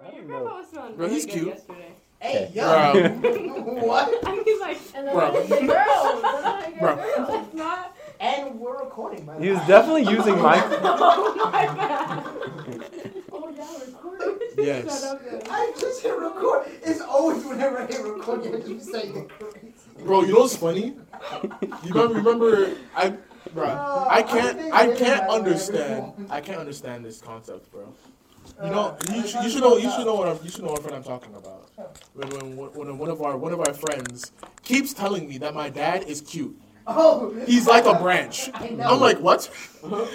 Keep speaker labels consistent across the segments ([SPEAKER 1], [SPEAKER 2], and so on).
[SPEAKER 1] My
[SPEAKER 2] No.
[SPEAKER 1] grandpa was smelling
[SPEAKER 3] Bro,
[SPEAKER 1] really
[SPEAKER 3] he's
[SPEAKER 1] good
[SPEAKER 3] cute.
[SPEAKER 1] yesterday.
[SPEAKER 4] Hey,
[SPEAKER 3] Bro.
[SPEAKER 4] yo. what?
[SPEAKER 1] I was like,
[SPEAKER 5] And then
[SPEAKER 3] Bro.
[SPEAKER 5] I said, girls. And then I
[SPEAKER 3] Bro.
[SPEAKER 5] said, girls.
[SPEAKER 1] it's not.
[SPEAKER 4] And we're recording, by the
[SPEAKER 2] He was
[SPEAKER 4] way.
[SPEAKER 2] definitely using my.
[SPEAKER 1] oh my bad.
[SPEAKER 5] Oh, y'all recording.
[SPEAKER 3] Yes.
[SPEAKER 1] Shut up, then.
[SPEAKER 4] I just hit record. It's always whenever I hit record, you just say the crazy.
[SPEAKER 3] Bro, you know what's funny? You remember? Remember? I, bro,
[SPEAKER 4] Oh,
[SPEAKER 3] I can't.
[SPEAKER 4] think
[SPEAKER 3] I
[SPEAKER 4] everybody
[SPEAKER 3] can't
[SPEAKER 4] remembers.
[SPEAKER 3] understand. I can't understand this concept, bro. You know,
[SPEAKER 4] Uh, I
[SPEAKER 3] you, sh- you should
[SPEAKER 4] found
[SPEAKER 3] know. You
[SPEAKER 4] out.
[SPEAKER 3] should know what I'm. You should know what friend I'm talking about. When, when, when one of our one of our friends keeps telling me that my dad is cute.
[SPEAKER 4] Oh,
[SPEAKER 3] He's like a branch.
[SPEAKER 4] I know.
[SPEAKER 3] I'm like, what?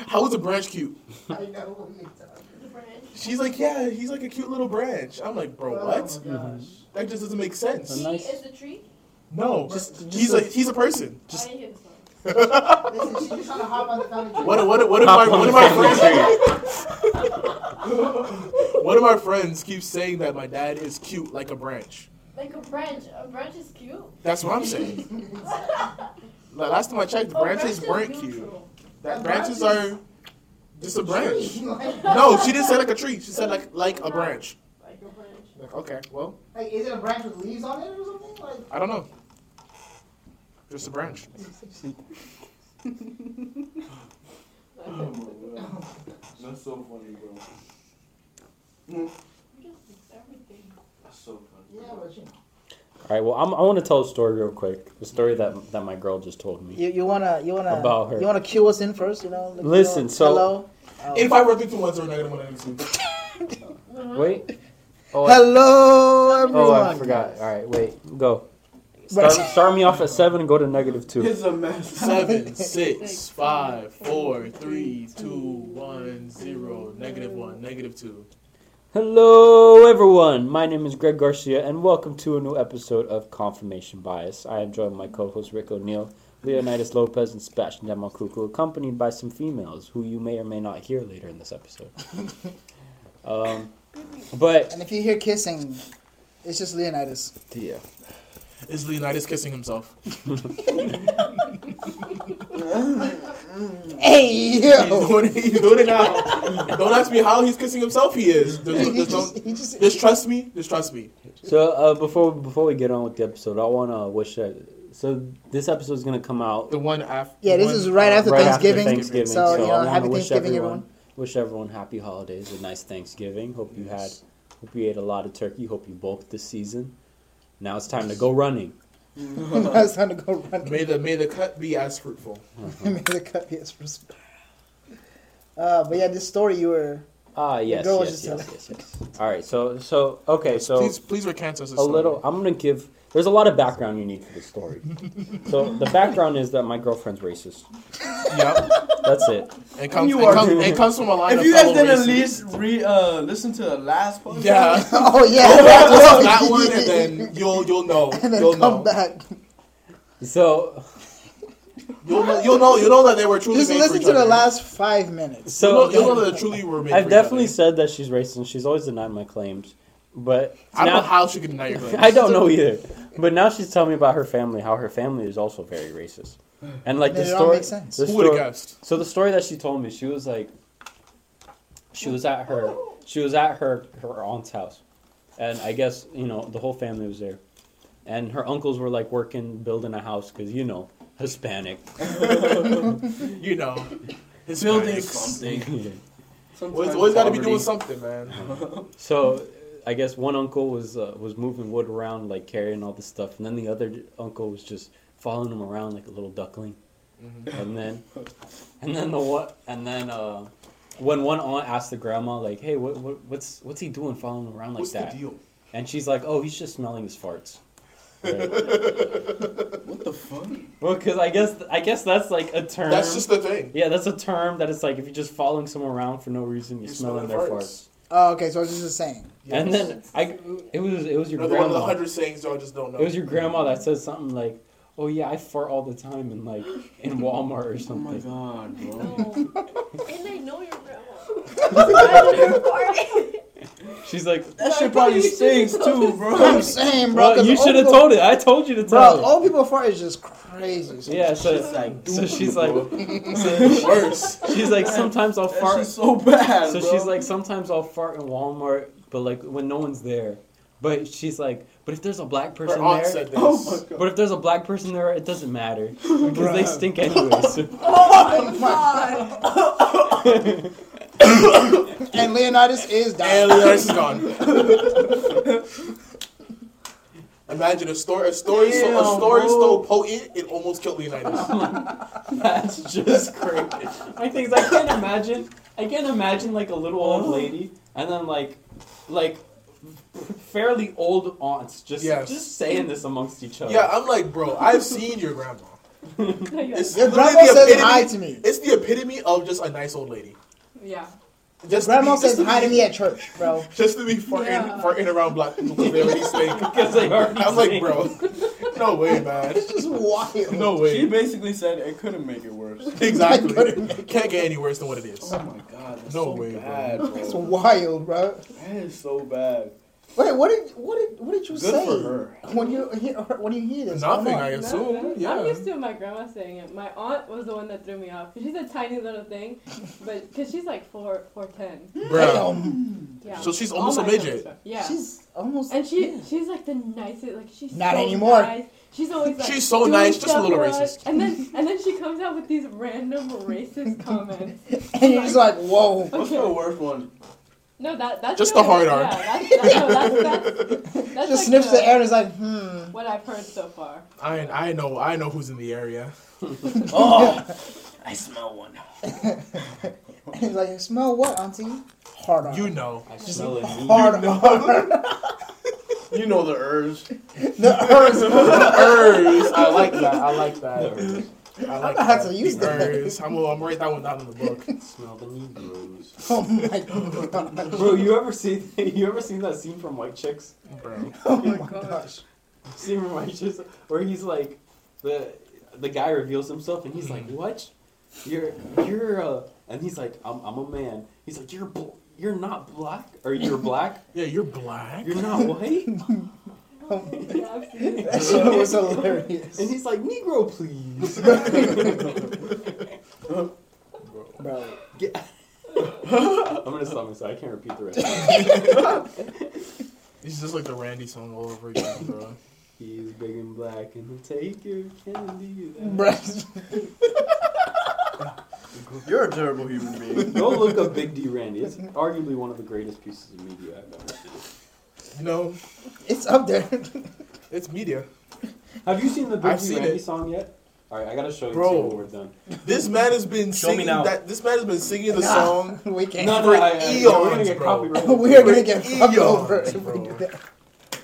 [SPEAKER 3] How is a branch cute?
[SPEAKER 4] I know what you're talking
[SPEAKER 3] She's like, yeah, he's like a cute little branch. I'm like, bro,
[SPEAKER 4] about.
[SPEAKER 3] what?
[SPEAKER 4] Oh, my gosh.
[SPEAKER 3] That just doesn't make
[SPEAKER 5] Tree
[SPEAKER 3] sense.
[SPEAKER 2] nice-
[SPEAKER 5] is a tree.
[SPEAKER 3] No, just he's a he's a
[SPEAKER 5] I
[SPEAKER 3] person.
[SPEAKER 5] didn't hear the song.
[SPEAKER 4] Listen, she's just trying to hop on the fountain.
[SPEAKER 3] What what what if my one of my friends one of my friends keeps saying that my dad is cute like a branch.
[SPEAKER 5] Like a branch. A branch is cute.
[SPEAKER 3] That's what I'm saying. La- Last time I checked,
[SPEAKER 5] Oh,
[SPEAKER 3] branches weren't cute.
[SPEAKER 5] neutral.
[SPEAKER 3] That
[SPEAKER 4] A
[SPEAKER 3] branches
[SPEAKER 4] branch
[SPEAKER 3] are just a branch.
[SPEAKER 4] Like,
[SPEAKER 3] No, she didn't say like a tree. She said like like a branch.
[SPEAKER 5] Like a branch.
[SPEAKER 3] Like, okay, well,
[SPEAKER 4] like, is it a branch with leaves on it or something? Like,
[SPEAKER 3] I don't know. Just a branch.
[SPEAKER 6] That's so funny, bro.
[SPEAKER 5] You just fix everything.
[SPEAKER 6] That's so funny.
[SPEAKER 4] yeah, but you know.
[SPEAKER 2] All right. Well, I'm, I want to tell a story real quick. The story that that my girl just told me.
[SPEAKER 7] You, you wanna you wanna
[SPEAKER 2] About her.
[SPEAKER 7] you wanna cue us in first, you know? Like, you
[SPEAKER 2] Listen,
[SPEAKER 7] know,
[SPEAKER 2] so-
[SPEAKER 7] hello,
[SPEAKER 3] If I were three, two, one, zero, negative one, negative two.
[SPEAKER 2] Wait. Oh, I-
[SPEAKER 7] hello everyone.
[SPEAKER 2] oh, I forgot. All right. Wait. Go. Start,
[SPEAKER 7] Right.
[SPEAKER 2] start me off at seven and go to negative two.
[SPEAKER 6] It's a mess.
[SPEAKER 3] Seven, six, five, four, three, two, one, zero, negative one, negative two.
[SPEAKER 2] Hello, everyone. My name is Greg Garcia, and welcome to a new episode of Confirmation Bias. I am joined by my co-host Rick O'Neill, Leonidas Lopez, and Sebastian Demacucu, accompanied by some females who you may or may not hear later in this episode. um, but
[SPEAKER 7] And if you hear kissing, it's just Leonidas.
[SPEAKER 2] yeah,
[SPEAKER 3] Is Leonidas kissing himself?
[SPEAKER 7] Hey
[SPEAKER 3] He's
[SPEAKER 7] yo.
[SPEAKER 3] doing it, he's doing it now. Don't ask me how he's kissing himself. He is. There's,
[SPEAKER 7] He
[SPEAKER 3] there's
[SPEAKER 7] just,
[SPEAKER 3] no,
[SPEAKER 7] he just,
[SPEAKER 3] just trust me. Just trust me.
[SPEAKER 2] So uh, before before we get on with the episode, I want to wish. I, so this episode is gonna come out
[SPEAKER 3] The one after.
[SPEAKER 7] Yeah, this is right after
[SPEAKER 2] right
[SPEAKER 7] Thanksgiving,
[SPEAKER 2] after Thanksgiving.
[SPEAKER 7] so, you know,
[SPEAKER 2] I wanna
[SPEAKER 7] happy
[SPEAKER 2] wish
[SPEAKER 7] Thanksgiving,
[SPEAKER 2] everyone,
[SPEAKER 7] everyone.
[SPEAKER 2] Wish everyone happy holidays, a nice Thanksgiving. Hope you had, hope you ate a lot of turkey. Hope you bulked this season. Now it's time to go running.
[SPEAKER 7] now it's time to go run.
[SPEAKER 3] May the may the cut be as fruitful.
[SPEAKER 7] Make the cut, yes, respect. Uh, but yeah, this story you were
[SPEAKER 2] Ah, yes,
[SPEAKER 7] girl was
[SPEAKER 2] yes,
[SPEAKER 7] just
[SPEAKER 2] yes, yes, yes. All right, so so okay, so
[SPEAKER 3] please please recant us
[SPEAKER 2] a little. I'm gonna give. There's a lot of background you need for this story. so the background is that my girlfriend's racist.
[SPEAKER 3] Yep.
[SPEAKER 2] That's it.
[SPEAKER 3] It comes.
[SPEAKER 6] You
[SPEAKER 3] it,
[SPEAKER 6] are-
[SPEAKER 3] comes it comes from a line
[SPEAKER 6] If
[SPEAKER 3] of
[SPEAKER 6] you guys
[SPEAKER 3] fellow
[SPEAKER 6] didn't at
[SPEAKER 3] racists.
[SPEAKER 6] least re uh listen to the last podcast,
[SPEAKER 3] Yeah.
[SPEAKER 7] Oh yeah.
[SPEAKER 3] Go back to that one, and then you'll you'll know.
[SPEAKER 7] And then
[SPEAKER 3] you'll
[SPEAKER 7] come
[SPEAKER 3] know.
[SPEAKER 7] back.
[SPEAKER 2] So
[SPEAKER 3] You'll know. You'll know. You'll know that they were truly.
[SPEAKER 7] Just
[SPEAKER 3] made for
[SPEAKER 7] listen
[SPEAKER 3] each
[SPEAKER 7] to the
[SPEAKER 3] other.
[SPEAKER 7] last five minutes.
[SPEAKER 2] so
[SPEAKER 3] you'll know, you'll know that they truly were made. for
[SPEAKER 2] I've
[SPEAKER 3] each other.
[SPEAKER 2] definitely said that she's racist. and She's always denied my claims, but
[SPEAKER 3] I don't know
[SPEAKER 2] now
[SPEAKER 3] how she could deny your claim.
[SPEAKER 2] I don't know either. But now she's telling me about her family, how her family is also very racist, and like the
[SPEAKER 7] Then it all
[SPEAKER 2] story.
[SPEAKER 7] makes sense.
[SPEAKER 2] the
[SPEAKER 3] Who would have
[SPEAKER 2] story-
[SPEAKER 3] guessed?
[SPEAKER 2] So the story that she told me, she was like, she was at her, she was at her her aunt's house, and I guess you know the whole family was there, and her uncles were like working building a house because you know Hispanic.
[SPEAKER 3] You know, his
[SPEAKER 6] building
[SPEAKER 3] Hispanics.
[SPEAKER 6] something.
[SPEAKER 3] Always,
[SPEAKER 6] Sometimes
[SPEAKER 3] always got to be
[SPEAKER 6] poverty.
[SPEAKER 3] doing something, man.
[SPEAKER 2] So I guess one uncle was uh, was moving wood around, like carrying all this stuff, and then the other uncle was just following him around like a little duckling. And then, and then the what? And then uh, when one aunt asked the grandma, like, "Hey, what, what what's what's he doing following him around like
[SPEAKER 3] What's
[SPEAKER 2] that?"
[SPEAKER 3] the deal?
[SPEAKER 2] And she's like, "Oh, he's just smelling his farts." Right?
[SPEAKER 6] What the fuck?
[SPEAKER 2] well, because I guess I guess that's like a term.
[SPEAKER 3] That's just the thing.
[SPEAKER 2] yeah, that's a term that it's like if you're just following someone around for no reason, you're, smelling, their farts.
[SPEAKER 7] Oh, okay. So I was just saying.
[SPEAKER 2] And then I, it was it was your
[SPEAKER 3] another one of
[SPEAKER 2] grandma.
[SPEAKER 3] the hundred sayings y'all just don't know.
[SPEAKER 2] It was your grandma that said something like, "Oh yeah, I fart all the time in like in Walmart or
[SPEAKER 6] Oh my
[SPEAKER 2] something."
[SPEAKER 6] god, bro.
[SPEAKER 5] No. and I know your grandma.
[SPEAKER 2] She's like,
[SPEAKER 6] That shit probably stinks too, bro.
[SPEAKER 7] I'm saying,
[SPEAKER 2] "Bro,
[SPEAKER 7] bro. 'cause
[SPEAKER 2] you
[SPEAKER 7] old
[SPEAKER 2] should have
[SPEAKER 7] people-
[SPEAKER 2] told it. I told you to
[SPEAKER 7] Bro,
[SPEAKER 2] tell it."
[SPEAKER 7] old people fart is just crazy. So
[SPEAKER 2] yeah, so
[SPEAKER 6] It's like
[SPEAKER 2] so she's like,
[SPEAKER 3] worse.
[SPEAKER 2] she's like, sometimes I'll
[SPEAKER 6] that
[SPEAKER 2] fart.
[SPEAKER 6] shit's so bad.
[SPEAKER 2] So
[SPEAKER 6] bro.
[SPEAKER 2] she's like, sometimes I'll fart in Walmart but like when no one's there. But she's like, but if there's a black
[SPEAKER 3] Her
[SPEAKER 2] person
[SPEAKER 3] aunt
[SPEAKER 2] there,
[SPEAKER 3] said this.
[SPEAKER 6] Oh my god.
[SPEAKER 2] but if there's a black person there, it doesn't matter because they
[SPEAKER 6] Bruh.
[SPEAKER 2] stink anyways.
[SPEAKER 7] Oh my
[SPEAKER 1] God.
[SPEAKER 7] God. And Leonidas is
[SPEAKER 3] And
[SPEAKER 7] dying.
[SPEAKER 3] Leonidas is gone. Imagine a story, a story, so, a
[SPEAKER 6] Damn,
[SPEAKER 3] story
[SPEAKER 6] bro.
[SPEAKER 3] so potent it almost killed Leonidas.
[SPEAKER 2] That's just crazy. Like things I can't imagine. I can't imagine like a little old
[SPEAKER 3] Oh.
[SPEAKER 2] lady and then like, like, fairly old aunts just
[SPEAKER 3] Yes.
[SPEAKER 2] just saying this amongst each other.
[SPEAKER 3] yeah, I'm like, bro, I've seen your grandma. It's
[SPEAKER 7] Your
[SPEAKER 3] literally
[SPEAKER 7] grandma
[SPEAKER 3] the
[SPEAKER 7] says
[SPEAKER 3] epitome-
[SPEAKER 7] hi to me.
[SPEAKER 3] It's the epitome of just a nice old lady.
[SPEAKER 1] Yeah.
[SPEAKER 3] Just to
[SPEAKER 7] Grandma
[SPEAKER 3] be- just
[SPEAKER 7] says hi to
[SPEAKER 3] be-
[SPEAKER 7] me at church, bro.
[SPEAKER 3] Just to be farting,
[SPEAKER 1] Yeah.
[SPEAKER 3] farting around black people because they already stink.
[SPEAKER 2] Because they already
[SPEAKER 3] I'm like,
[SPEAKER 2] stink.
[SPEAKER 3] bro, no way, man.
[SPEAKER 7] It's just wild.
[SPEAKER 3] No
[SPEAKER 6] She
[SPEAKER 3] way.
[SPEAKER 6] basically said it couldn't make it worse.
[SPEAKER 3] Exactly. Can't get any worse than what it is.
[SPEAKER 6] Oh my god, that's
[SPEAKER 3] No
[SPEAKER 6] so
[SPEAKER 3] way, bro.
[SPEAKER 6] bad, bro.
[SPEAKER 7] It's wild, bro.
[SPEAKER 6] That is so bad.
[SPEAKER 7] Wait, what did what did what did you
[SPEAKER 6] Good
[SPEAKER 7] say
[SPEAKER 6] for her.
[SPEAKER 7] when you hear when you hear this?
[SPEAKER 3] Nothing,
[SPEAKER 7] Come on.
[SPEAKER 3] I assume.
[SPEAKER 5] I'm
[SPEAKER 3] Yeah.
[SPEAKER 5] used to my grandma saying it. My aunt was the one that threw me off. She's a tiny little thing, but because she's like four, four ten.
[SPEAKER 3] Bro.
[SPEAKER 7] Damn.
[SPEAKER 5] Yeah.
[SPEAKER 3] So she's
[SPEAKER 5] All
[SPEAKER 3] almost eh? a
[SPEAKER 5] Oh my
[SPEAKER 3] midget.
[SPEAKER 5] cousins are- Yeah.
[SPEAKER 7] She's almost.
[SPEAKER 5] and she
[SPEAKER 7] yeah.
[SPEAKER 5] she's like the nicest. Like she's
[SPEAKER 7] Not
[SPEAKER 5] so
[SPEAKER 7] anymore.
[SPEAKER 5] nice. She's always like
[SPEAKER 3] She's so
[SPEAKER 5] doing
[SPEAKER 3] nice, just a
[SPEAKER 5] stuff
[SPEAKER 3] little
[SPEAKER 5] for us.
[SPEAKER 3] racist.
[SPEAKER 5] And then and then she comes out with these random racist comments.
[SPEAKER 7] and you're just like, whoa.
[SPEAKER 6] What's
[SPEAKER 5] Okay.
[SPEAKER 6] the worst one?
[SPEAKER 5] No, that that's
[SPEAKER 3] Just
[SPEAKER 5] really-
[SPEAKER 3] the hard R.
[SPEAKER 5] Yeah, that's, that's, no, that's, that's, that's
[SPEAKER 7] Just
[SPEAKER 5] like
[SPEAKER 7] sniffs
[SPEAKER 5] the,
[SPEAKER 7] the air and is like, hmm.
[SPEAKER 5] What I've heard so far.
[SPEAKER 3] I I know I know who's in the area.
[SPEAKER 6] Oh, I smell one.
[SPEAKER 7] And he's like, smell what, auntie? Hard on.
[SPEAKER 3] You know.
[SPEAKER 2] I smell a new
[SPEAKER 7] hard on.
[SPEAKER 6] You know the urge.
[SPEAKER 7] the earth.
[SPEAKER 3] Urs. I like that. I like that.
[SPEAKER 2] nerve.
[SPEAKER 3] I
[SPEAKER 7] I
[SPEAKER 3] like
[SPEAKER 7] don't have to use that.
[SPEAKER 3] Urs. I'm gonna I'm gonna write that one down in the book.
[SPEAKER 2] Smell the Negroes.
[SPEAKER 7] Oh my god.
[SPEAKER 2] Bro, you ever see you ever seen that scene from White Chicks?
[SPEAKER 3] Bro.
[SPEAKER 7] Oh my gosh.
[SPEAKER 2] Scene from White Chicks where he's like the the guy reveals himself and he's like,
[SPEAKER 3] Mm-hmm.
[SPEAKER 2] What? You're you're uh and he's like, I'm I'm a man. He's like, You're bl- you're not black or you're black,
[SPEAKER 3] Yeah, you're black.
[SPEAKER 2] you're not white?
[SPEAKER 5] Yeah, I've seen it.
[SPEAKER 7] That shit was
[SPEAKER 2] And
[SPEAKER 7] hilarious.
[SPEAKER 2] he's like, Negro please.
[SPEAKER 7] Bro.
[SPEAKER 2] Get- I'm gonna stop myself, I can't repeat the rest.
[SPEAKER 3] It's just like the Randy song all over again, bro.
[SPEAKER 2] He's big and black and he'll take your candy.
[SPEAKER 7] Bro.
[SPEAKER 6] You're a terrible human being.
[SPEAKER 2] Go look up Big D Randy. It's arguably one of the greatest pieces of media I've ever seen.
[SPEAKER 3] You know,
[SPEAKER 7] It's up there.
[SPEAKER 3] it's media.
[SPEAKER 2] Have you seen the Big
[SPEAKER 3] I've
[SPEAKER 2] D
[SPEAKER 3] seen
[SPEAKER 2] Randy
[SPEAKER 3] it.
[SPEAKER 2] song yet? All right, I gotta show you
[SPEAKER 3] Bro.
[SPEAKER 2] too when we're done.
[SPEAKER 3] This man has been
[SPEAKER 6] Show me
[SPEAKER 3] singing
[SPEAKER 6] now.
[SPEAKER 3] that. This man has been singing the
[SPEAKER 7] Nah.
[SPEAKER 3] song.
[SPEAKER 7] We can't.
[SPEAKER 2] No, no,
[SPEAKER 3] For
[SPEAKER 2] I, I, yeah, we're gonna
[SPEAKER 3] eons,
[SPEAKER 2] get
[SPEAKER 3] bro.
[SPEAKER 2] copyrighted.
[SPEAKER 7] We are gonna
[SPEAKER 3] For
[SPEAKER 7] get fucked over.
[SPEAKER 3] eons,
[SPEAKER 7] if we
[SPEAKER 3] bro.
[SPEAKER 7] do that.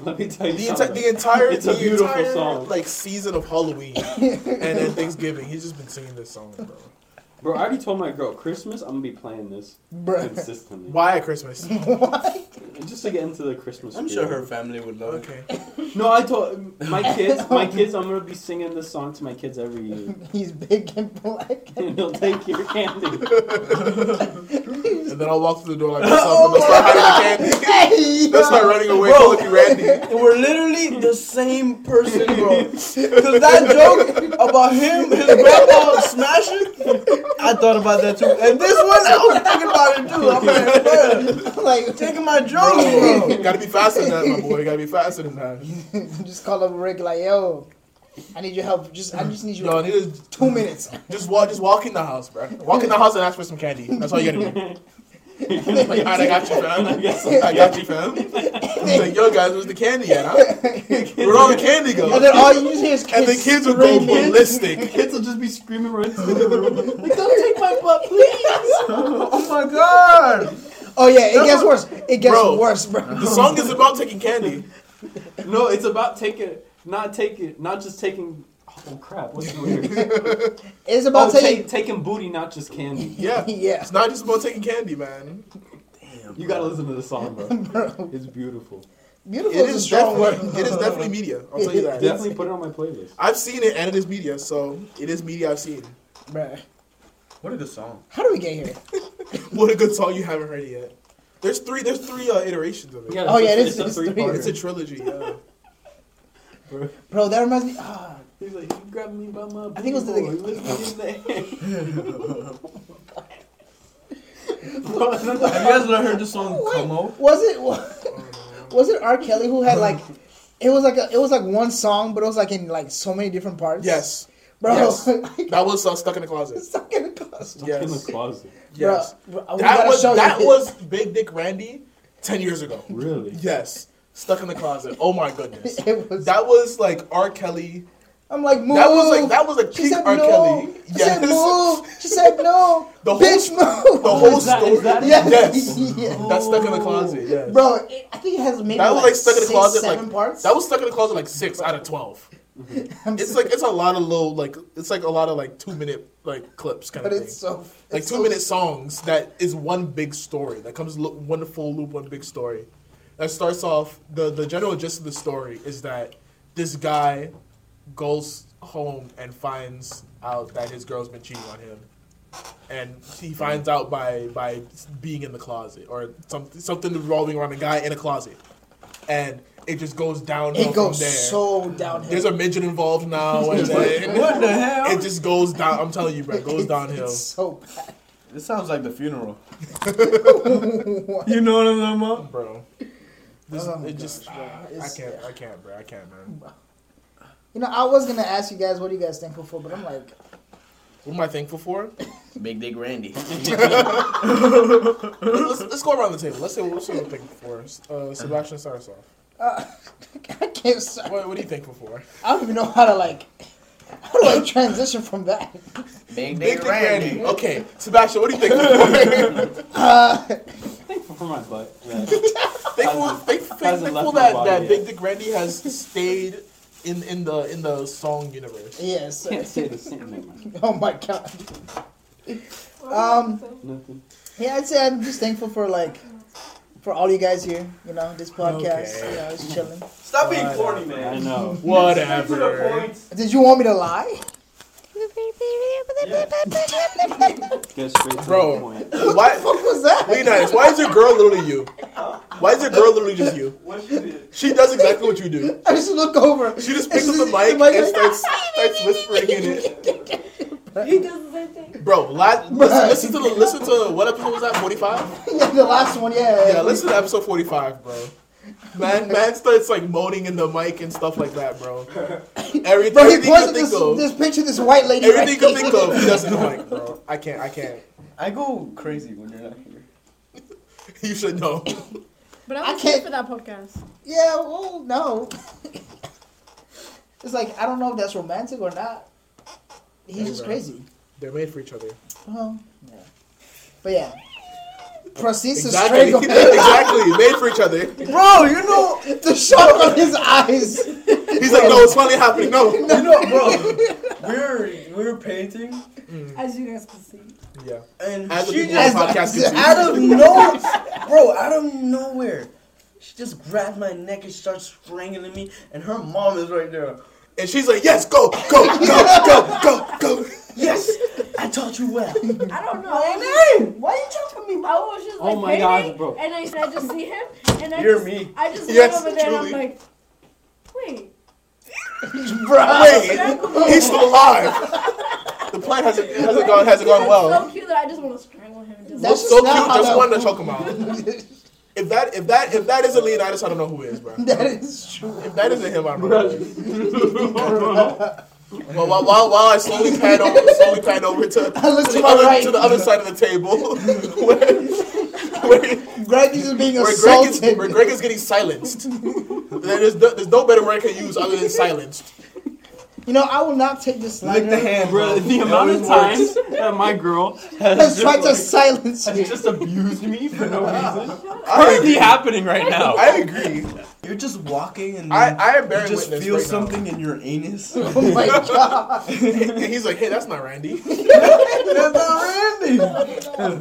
[SPEAKER 2] Let me tell you
[SPEAKER 3] The, enti-
[SPEAKER 2] something.
[SPEAKER 3] the entire,
[SPEAKER 2] It's a
[SPEAKER 3] the
[SPEAKER 2] beautiful
[SPEAKER 3] entire,
[SPEAKER 2] song.
[SPEAKER 3] like season of Halloween and then Thanksgiving. He's just been singing this song, bro.
[SPEAKER 2] Bro, I already told my girl Christmas I'm gonna be playing this
[SPEAKER 7] Bro.
[SPEAKER 2] consistently,
[SPEAKER 3] Why at Christmas?
[SPEAKER 2] just to get into the Christmas.
[SPEAKER 6] I'm sure
[SPEAKER 2] spirit.
[SPEAKER 6] her family would love it.
[SPEAKER 3] Okay.
[SPEAKER 2] No, I told my kids. My kids, I'm gonna be singing this song to my kids every year.
[SPEAKER 7] He's big and black.
[SPEAKER 2] And they'll take your candy.
[SPEAKER 3] And then I'll walk through the door like what's up, and they'll start hiding the candy.
[SPEAKER 7] Hey,
[SPEAKER 3] They'll start running away,
[SPEAKER 6] Bro.
[SPEAKER 3] calling you Randy.
[SPEAKER 6] We're literally the same person, bro. Cause that joke about him, his grandpa smashing, I thought about that too. And this one, I was thinking about it too. I'm like, bro,
[SPEAKER 7] yo. like,
[SPEAKER 6] taking my joke,
[SPEAKER 3] Bro,
[SPEAKER 6] bro.
[SPEAKER 3] gotta be faster than that, my boy. Gotta be faster than that.
[SPEAKER 7] just call up Rick. Like, yo, I need your help. Just, I just need you.
[SPEAKER 3] Yo, I need to
[SPEAKER 7] two minutes.
[SPEAKER 3] just walk, just walk in the house, bro. Walk in the house and ask for some candy. That's all you gotta do. Like, all right, I got you, fam.
[SPEAKER 2] I guess
[SPEAKER 3] I got you, fam. He's like, yo, guys, where's the candy at? Huh? Where'd all the candy go?
[SPEAKER 7] And then all you just hear is kids.
[SPEAKER 3] And the kids would go
[SPEAKER 7] screaming.
[SPEAKER 3] ballistic.
[SPEAKER 2] Kids will just be screaming right into the room.
[SPEAKER 7] Like, don't take my butt, please.
[SPEAKER 6] Oh my god.
[SPEAKER 7] oh yeah, it gets worse. It gets
[SPEAKER 3] Bro.
[SPEAKER 7] worse, bro.
[SPEAKER 3] The song is about taking candy.
[SPEAKER 2] No, it's about taking, not taking, not just taking. Oh crap! What's the word?
[SPEAKER 7] It's
[SPEAKER 2] Oh,
[SPEAKER 7] about
[SPEAKER 2] ta-
[SPEAKER 7] taking.
[SPEAKER 2] taking booty, not just candy.
[SPEAKER 3] Yeah.
[SPEAKER 7] yeah,
[SPEAKER 3] It's not just about taking candy, man.
[SPEAKER 2] You gotta listen to the song, bro.
[SPEAKER 7] bro.
[SPEAKER 2] It's beautiful.
[SPEAKER 7] Beautiful
[SPEAKER 3] It
[SPEAKER 7] is a
[SPEAKER 3] is
[SPEAKER 7] strong word.
[SPEAKER 3] definitely, it is definitely media. I'll tell you that.
[SPEAKER 2] Definitely put it on my playlist.
[SPEAKER 3] I've seen it and it is media, so it is media I've seen.
[SPEAKER 7] Bro.
[SPEAKER 6] What a good song.
[SPEAKER 7] How do we get here?
[SPEAKER 3] What a good song you haven't heard yet. There's three. There's three uh, iterations of it.
[SPEAKER 2] Yeah,
[SPEAKER 7] Oh,
[SPEAKER 2] it's a-
[SPEAKER 7] yeah, it is-
[SPEAKER 2] it's a
[SPEAKER 7] it's
[SPEAKER 2] three.
[SPEAKER 7] three.
[SPEAKER 3] It's a trilogy. Yeah.
[SPEAKER 7] Bro, that reminds me. Ah,
[SPEAKER 2] He's like, you grabbed me by my.
[SPEAKER 7] I think it was the-
[SPEAKER 2] booty hole, you lift me in the air."
[SPEAKER 6] Have you guys ever heard the song
[SPEAKER 7] Wait.
[SPEAKER 6] Como?
[SPEAKER 7] Was it was it R. Kelly who had like it was like a, it was like one song, but it was like in like so many different parts.
[SPEAKER 3] Yes.
[SPEAKER 7] bro.
[SPEAKER 3] Yes.
[SPEAKER 7] I can't
[SPEAKER 3] That was uh, stuck in the closet.
[SPEAKER 7] suck in the closet.
[SPEAKER 2] In the
[SPEAKER 3] Yes.
[SPEAKER 2] closet.
[SPEAKER 3] Yes.
[SPEAKER 7] Bro, bro, we
[SPEAKER 3] That
[SPEAKER 7] gotta
[SPEAKER 3] was
[SPEAKER 7] show you
[SPEAKER 3] that
[SPEAKER 7] this.
[SPEAKER 3] was Big Dick Randy ten years ago.
[SPEAKER 2] Really?
[SPEAKER 3] Yes. Stuck in the closet. Oh my goodness.
[SPEAKER 7] It was.
[SPEAKER 3] That was like R. Kelly.
[SPEAKER 7] I'm like move.
[SPEAKER 3] That was like that was like
[SPEAKER 7] She
[SPEAKER 3] peak
[SPEAKER 7] said
[SPEAKER 3] R.
[SPEAKER 7] no.
[SPEAKER 3] Kelly.
[SPEAKER 7] She
[SPEAKER 3] Yes.
[SPEAKER 7] said move. She said no.
[SPEAKER 3] The whole-
[SPEAKER 7] Bitch move.
[SPEAKER 3] The whole
[SPEAKER 2] Is that- is
[SPEAKER 3] story.
[SPEAKER 2] that-
[SPEAKER 3] yes.
[SPEAKER 7] yeah.
[SPEAKER 3] That's stuck in the closet. Yes.
[SPEAKER 7] Bro, it, I think it has maybe
[SPEAKER 3] That was,
[SPEAKER 7] like,
[SPEAKER 3] like, stuck in the
[SPEAKER 7] six,
[SPEAKER 3] closet,
[SPEAKER 7] seven
[SPEAKER 3] like-
[SPEAKER 7] parts.
[SPEAKER 3] That was stuck in the closet like six out of twelve.
[SPEAKER 7] I'm
[SPEAKER 3] It's
[SPEAKER 7] so-
[SPEAKER 3] like it's a lot of low like it's like a lot of like two minute like clips kind
[SPEAKER 7] but
[SPEAKER 3] of thing.
[SPEAKER 7] it's so
[SPEAKER 3] like
[SPEAKER 7] it's
[SPEAKER 3] two
[SPEAKER 7] so-
[SPEAKER 3] minute songs that is one big story that comes lo- one full loop, one big story. That starts off the the general gist of the story is that this guy goes home and finds out that his girl's been cheating on him, and he finds out by by being in the closet or something something revolving around a guy in a closet, and it just goes downhill from
[SPEAKER 7] It goes
[SPEAKER 3] there.
[SPEAKER 7] so downhill.
[SPEAKER 3] There's a midget involved now, and then
[SPEAKER 6] What the hell?
[SPEAKER 3] it just goes down. I'm telling you, bro, it goes
[SPEAKER 7] It's-
[SPEAKER 3] downhill.
[SPEAKER 7] It's so bad.
[SPEAKER 6] This sounds like the funeral. you know what I'm talking about?
[SPEAKER 3] bro. This,
[SPEAKER 7] Oh my
[SPEAKER 3] it just, ah, I
[SPEAKER 7] It's-
[SPEAKER 3] can't, I can't, bro, I can't, man.
[SPEAKER 7] You know, I was gonna ask you guys what are you guys thankful for, but I'm like,
[SPEAKER 3] What am I thankful for?
[SPEAKER 6] Big Dick Randy.
[SPEAKER 3] let's, let's go around the table. Let's say what we're thankful for. Uh, Sebastian starts off.
[SPEAKER 7] uh, I can't. Start.
[SPEAKER 3] What, what are you thankful for?
[SPEAKER 7] I don't even know how to like. How do I transition from that?
[SPEAKER 6] Big
[SPEAKER 3] Big Dick Randy. Okay, Sebastian, what are you thankful for?
[SPEAKER 7] Uh,
[SPEAKER 2] Thankful for my butt.
[SPEAKER 3] thankful,
[SPEAKER 2] Hasn't-
[SPEAKER 3] thankful,
[SPEAKER 2] hasn't
[SPEAKER 3] thankful
[SPEAKER 2] left my
[SPEAKER 3] that,
[SPEAKER 2] body
[SPEAKER 3] that
[SPEAKER 2] yet.
[SPEAKER 3] Big Dick Randy has stayed in in the in the song universe.
[SPEAKER 7] yes.
[SPEAKER 2] Can't say the same name.
[SPEAKER 7] Oh my god.
[SPEAKER 5] Um,
[SPEAKER 2] Nothing.
[SPEAKER 7] Yeah, I'd say I'm just thankful for like, for all you guys here. You know, this podcast.
[SPEAKER 3] Okay.
[SPEAKER 7] You know, it's chilling.
[SPEAKER 6] Stop being corny,
[SPEAKER 2] I
[SPEAKER 6] man.
[SPEAKER 2] know.
[SPEAKER 3] Whatever.
[SPEAKER 7] Did you want me to lie?
[SPEAKER 2] Get straight to
[SPEAKER 3] Bro.
[SPEAKER 2] the point.
[SPEAKER 3] Why?
[SPEAKER 7] What was that?
[SPEAKER 3] Leonidas, why is your girl literally you? Why is your girl literally just you?
[SPEAKER 4] What she did?
[SPEAKER 3] She does exactly what you do.
[SPEAKER 7] I just look over.
[SPEAKER 3] She just picks up
[SPEAKER 7] It's
[SPEAKER 3] the mic
[SPEAKER 7] like-
[SPEAKER 3] and starts, starts whispering in it.
[SPEAKER 5] he does the same thing.
[SPEAKER 3] Bro, la- listen, listen to the, listen to what episode was that? Forty five.
[SPEAKER 7] yeah, the last one. Yeah.
[SPEAKER 3] Yeah, listen to episode forty five, bro. Man, man starts like moaning in the mic and stuff like that, bro. Everything,
[SPEAKER 7] Bro, he
[SPEAKER 3] everything you
[SPEAKER 7] pointed
[SPEAKER 3] can think
[SPEAKER 7] this,
[SPEAKER 3] of,
[SPEAKER 7] this picture, this white lady.
[SPEAKER 3] everything you
[SPEAKER 7] right
[SPEAKER 3] can think of, he does in the mic, bro. I can't, I can't.
[SPEAKER 6] I go crazy when you're not here.
[SPEAKER 3] You should know.
[SPEAKER 5] But
[SPEAKER 7] I was here can't- for
[SPEAKER 5] that podcast.
[SPEAKER 7] Yeah, well, no. it's like I don't know if that's romantic or not. He's
[SPEAKER 3] Hey,
[SPEAKER 7] just
[SPEAKER 3] bro.
[SPEAKER 7] crazy.
[SPEAKER 3] They're made for each other.
[SPEAKER 7] Well, yeah. But yeah. Proceeds
[SPEAKER 3] Exactly,
[SPEAKER 7] to strangle
[SPEAKER 3] exactly. Made for each other.
[SPEAKER 6] Bro, you know,
[SPEAKER 7] the shock on his eyes.
[SPEAKER 3] He's like, no, it's finally happening. No.
[SPEAKER 6] you know, bro. We were we were painting,
[SPEAKER 5] As you guys can see.
[SPEAKER 3] Yeah.
[SPEAKER 6] and
[SPEAKER 3] As the
[SPEAKER 6] she
[SPEAKER 3] people on
[SPEAKER 6] just
[SPEAKER 3] the podcast can see.
[SPEAKER 6] out of nowhere, bro, out of nowhere, she just grabbed my neck and starts strangling me, and her mom is right there.
[SPEAKER 3] And she's like, yes, go, go, go, go, go, go.
[SPEAKER 6] Yes, I taught you well.
[SPEAKER 5] I don't know. I was just-
[SPEAKER 6] Why are you jumping me,
[SPEAKER 5] I was just
[SPEAKER 2] Oh
[SPEAKER 5] like
[SPEAKER 2] my
[SPEAKER 5] waiting,
[SPEAKER 2] God, bro.
[SPEAKER 5] and I, I just see him, and I
[SPEAKER 6] You're
[SPEAKER 5] just,
[SPEAKER 6] me.
[SPEAKER 5] I just look
[SPEAKER 3] Yes,
[SPEAKER 5] over there,
[SPEAKER 3] truly.
[SPEAKER 5] and I'm like, wait.
[SPEAKER 3] Wait, he's still alive. The plan hasn't, hasn't gone hasn't gone
[SPEAKER 5] That's
[SPEAKER 3] well.
[SPEAKER 5] So cute that I just want to strangle him. Just
[SPEAKER 3] Looks
[SPEAKER 7] That's
[SPEAKER 3] so
[SPEAKER 7] just not
[SPEAKER 3] cute,
[SPEAKER 7] how
[SPEAKER 3] just
[SPEAKER 7] that-
[SPEAKER 3] wanted to choke him out. If that if that if that isn't Leonidas, I don't know who is, bro.
[SPEAKER 7] that is true.
[SPEAKER 3] If that isn't him, I don't know. who is. Well, while, while, while I slowly pan over, slowly pan over to,
[SPEAKER 7] I look
[SPEAKER 3] to
[SPEAKER 7] to
[SPEAKER 3] the
[SPEAKER 7] my
[SPEAKER 3] other
[SPEAKER 7] right.
[SPEAKER 3] to the other side of the table, where, where,
[SPEAKER 7] Greg is being
[SPEAKER 3] where Greg
[SPEAKER 7] assaulted.
[SPEAKER 3] is where Greg is getting silenced. There's no, there's no better word I can use other than silenced.
[SPEAKER 7] you know, I will not take this
[SPEAKER 6] Lick the
[SPEAKER 7] slander.
[SPEAKER 6] hand,
[SPEAKER 2] Bro,
[SPEAKER 6] bro.
[SPEAKER 2] the
[SPEAKER 6] It
[SPEAKER 2] amount of
[SPEAKER 6] always
[SPEAKER 2] times
[SPEAKER 6] works.
[SPEAKER 2] that my girl
[SPEAKER 7] Has
[SPEAKER 2] has
[SPEAKER 7] tried
[SPEAKER 2] just,
[SPEAKER 7] to
[SPEAKER 2] like,
[SPEAKER 7] silence
[SPEAKER 2] has
[SPEAKER 7] you.
[SPEAKER 2] just abused me for no reason.
[SPEAKER 3] I agree.
[SPEAKER 2] happening right now.
[SPEAKER 3] I agree.
[SPEAKER 6] You're just walking and
[SPEAKER 3] I I am
[SPEAKER 6] you
[SPEAKER 3] bearing
[SPEAKER 6] just
[SPEAKER 3] witness
[SPEAKER 6] feel
[SPEAKER 3] right now.
[SPEAKER 6] something in your anus.
[SPEAKER 7] Oh my god.
[SPEAKER 3] And he's like, hey, that's not Randy.
[SPEAKER 6] That's not Randy.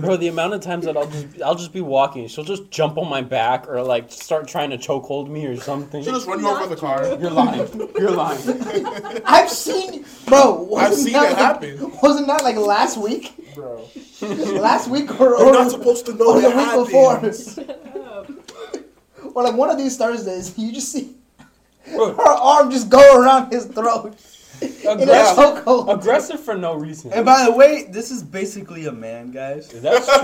[SPEAKER 2] Bro, the amount of times that I'll just I'll just be walking, she'll just jump on my back or like start trying to choke hold me or something.
[SPEAKER 3] She'll just run you over with the car.
[SPEAKER 2] You're lying. You're lying.
[SPEAKER 7] I've seen, bro. Wasn't
[SPEAKER 3] I've seen that
[SPEAKER 7] like,
[SPEAKER 3] happen.
[SPEAKER 7] Wasn't that like last week?
[SPEAKER 3] Bro.
[SPEAKER 7] last week or,
[SPEAKER 3] You're
[SPEAKER 7] or,
[SPEAKER 3] not supposed to know
[SPEAKER 7] or the
[SPEAKER 3] that
[SPEAKER 7] week
[SPEAKER 3] happened.
[SPEAKER 7] before,
[SPEAKER 5] up.
[SPEAKER 7] or like one of these Thursdays, you just see
[SPEAKER 2] Bro,
[SPEAKER 7] her arm just go around his throat. And that's
[SPEAKER 2] Aggressive,
[SPEAKER 7] so cold.
[SPEAKER 2] aggressive for no reason.
[SPEAKER 6] And by the way, this is basically a man, guys.
[SPEAKER 2] That's true.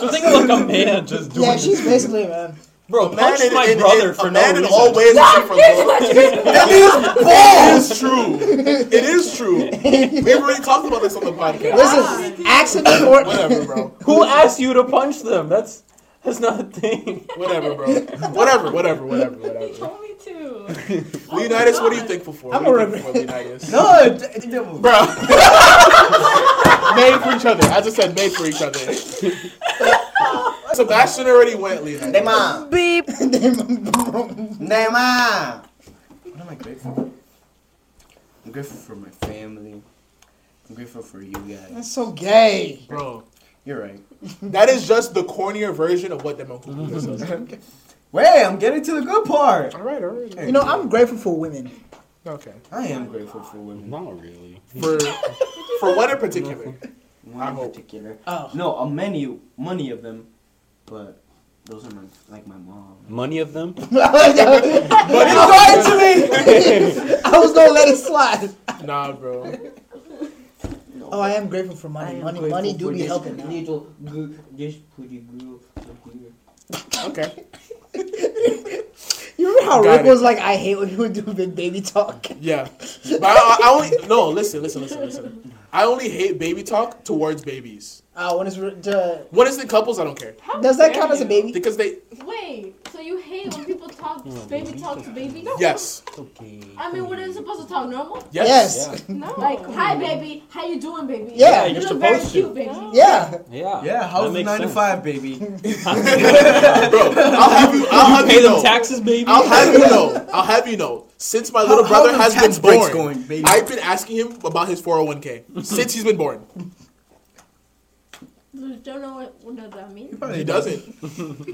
[SPEAKER 2] so think of like a man just doing
[SPEAKER 7] Yeah, she's
[SPEAKER 2] this.
[SPEAKER 7] basically a man.
[SPEAKER 2] Bro,
[SPEAKER 3] A
[SPEAKER 2] punch
[SPEAKER 3] in-
[SPEAKER 2] my
[SPEAKER 3] in-
[SPEAKER 2] brother
[SPEAKER 3] in-
[SPEAKER 2] for
[SPEAKER 3] a
[SPEAKER 2] no
[SPEAKER 3] man
[SPEAKER 2] reason.
[SPEAKER 3] in all ways. except for
[SPEAKER 1] Here's
[SPEAKER 3] love.
[SPEAKER 1] what you-
[SPEAKER 3] It is true. It is true. We already talked about this on the podcast.
[SPEAKER 7] Listen, accident or
[SPEAKER 3] Whatever, bro.
[SPEAKER 2] Who asked you to punch them? That's that's not a thing.
[SPEAKER 3] Whatever, bro. Whatever, whatever, whatever,
[SPEAKER 5] He
[SPEAKER 3] whatever.
[SPEAKER 5] told me to.
[SPEAKER 3] Leonidas, what are you thankful for?
[SPEAKER 7] I'm
[SPEAKER 3] What are
[SPEAKER 7] a
[SPEAKER 3] you thankful for, Leonidas?
[SPEAKER 6] No, it, it, it-
[SPEAKER 3] Bro. made for each other. I just said made for each other. Sebastian already went, Leonidas.
[SPEAKER 6] Neymar,
[SPEAKER 1] Beep.
[SPEAKER 6] Neymar. What am I grateful for? I'm grateful for my family. I'm grateful for you guys.
[SPEAKER 7] That's so gay.
[SPEAKER 3] Bro,
[SPEAKER 6] You're right.
[SPEAKER 3] that is just the cornier version of what Demo Cuckoo is.
[SPEAKER 6] Wait, I'm getting to the good part.
[SPEAKER 3] All right, all right.
[SPEAKER 7] You know, I'm grateful for women.
[SPEAKER 3] Okay.
[SPEAKER 6] I am grateful for women.
[SPEAKER 2] Not really.
[SPEAKER 3] For for what in particular?
[SPEAKER 6] One
[SPEAKER 3] I
[SPEAKER 6] in
[SPEAKER 3] hope.
[SPEAKER 6] particular.
[SPEAKER 7] Oh.
[SPEAKER 6] No, a many, many of them, but those are my like my mom.
[SPEAKER 2] Money of them?
[SPEAKER 7] I
[SPEAKER 3] But
[SPEAKER 6] to me.
[SPEAKER 7] was gonna let it slide.
[SPEAKER 3] Nah, bro.
[SPEAKER 7] Oh, I am grateful for money. Money, money do be helping. now.
[SPEAKER 6] Little good, this pretty girl.
[SPEAKER 3] Okay.
[SPEAKER 7] You remember how
[SPEAKER 3] Got
[SPEAKER 7] Rick
[SPEAKER 3] it.
[SPEAKER 7] was like, "I hate when you do big baby talk."
[SPEAKER 3] Yeah. But I, I- I only no. Listen, listen, listen, listen. I only hate baby talk towards babies.
[SPEAKER 7] Uh, when it's re- to,
[SPEAKER 3] When it's in couples, I don't care
[SPEAKER 5] How
[SPEAKER 7] does that
[SPEAKER 5] dare
[SPEAKER 7] count as a
[SPEAKER 5] you?
[SPEAKER 7] baby?
[SPEAKER 3] because they
[SPEAKER 1] Wait, so you hate when people talk, baby talk to baby?
[SPEAKER 3] yes,
[SPEAKER 2] Okay.
[SPEAKER 1] I mean, what are you supposed to talk normal?
[SPEAKER 3] yes.
[SPEAKER 7] yes.
[SPEAKER 5] No.
[SPEAKER 1] Like, hi, baby. How you doing, baby?
[SPEAKER 7] Yeah,
[SPEAKER 1] you
[SPEAKER 2] you're
[SPEAKER 1] look very
[SPEAKER 2] supposed to.
[SPEAKER 1] cute, baby.
[SPEAKER 5] No.
[SPEAKER 7] Yeah.
[SPEAKER 2] Yeah.
[SPEAKER 6] Yeah, how's the 95, baby?
[SPEAKER 3] bro. I'll have you. I'll have
[SPEAKER 2] Pay
[SPEAKER 3] you
[SPEAKER 2] them
[SPEAKER 3] know.
[SPEAKER 2] taxes, baby.
[SPEAKER 3] I'll have you know. I'll have you know. Since my little
[SPEAKER 6] How-
[SPEAKER 3] brother
[SPEAKER 6] how
[SPEAKER 3] has
[SPEAKER 6] the tax
[SPEAKER 3] been
[SPEAKER 6] breaks
[SPEAKER 3] born,
[SPEAKER 6] going, baby?
[SPEAKER 3] I've been asking him about his 401k since he's been born.
[SPEAKER 1] You Don't know what, what does that mean?
[SPEAKER 3] He doesn't.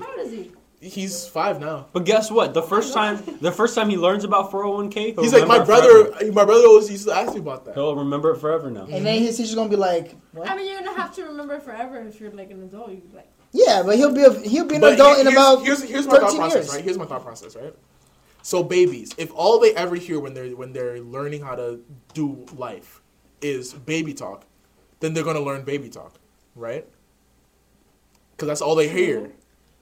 [SPEAKER 1] How does he?
[SPEAKER 3] He's five now.
[SPEAKER 2] But guess what? The first time, the first time he learns about 401k, he'll
[SPEAKER 3] He's like my
[SPEAKER 2] remember it forever.
[SPEAKER 3] brother. My brother always used to ask me about that.
[SPEAKER 2] He'll remember it forever now.
[SPEAKER 7] And then his teacher's gonna be like,
[SPEAKER 1] I
[SPEAKER 7] "What?"
[SPEAKER 1] mean, you're gonna have to remember forever if you're like an adult. You like,
[SPEAKER 7] Yeah, but he'll be a, he'll be an
[SPEAKER 3] But
[SPEAKER 7] adult in
[SPEAKER 3] here's-
[SPEAKER 7] about
[SPEAKER 3] here's here's my thought
[SPEAKER 7] 13
[SPEAKER 3] process,
[SPEAKER 7] years.
[SPEAKER 3] right? Here's my thought process, right? So babies, if all they ever hear when they're when they're learning how to do life is baby talk, then they're gonna learn baby talk, right? Because that's all they hear.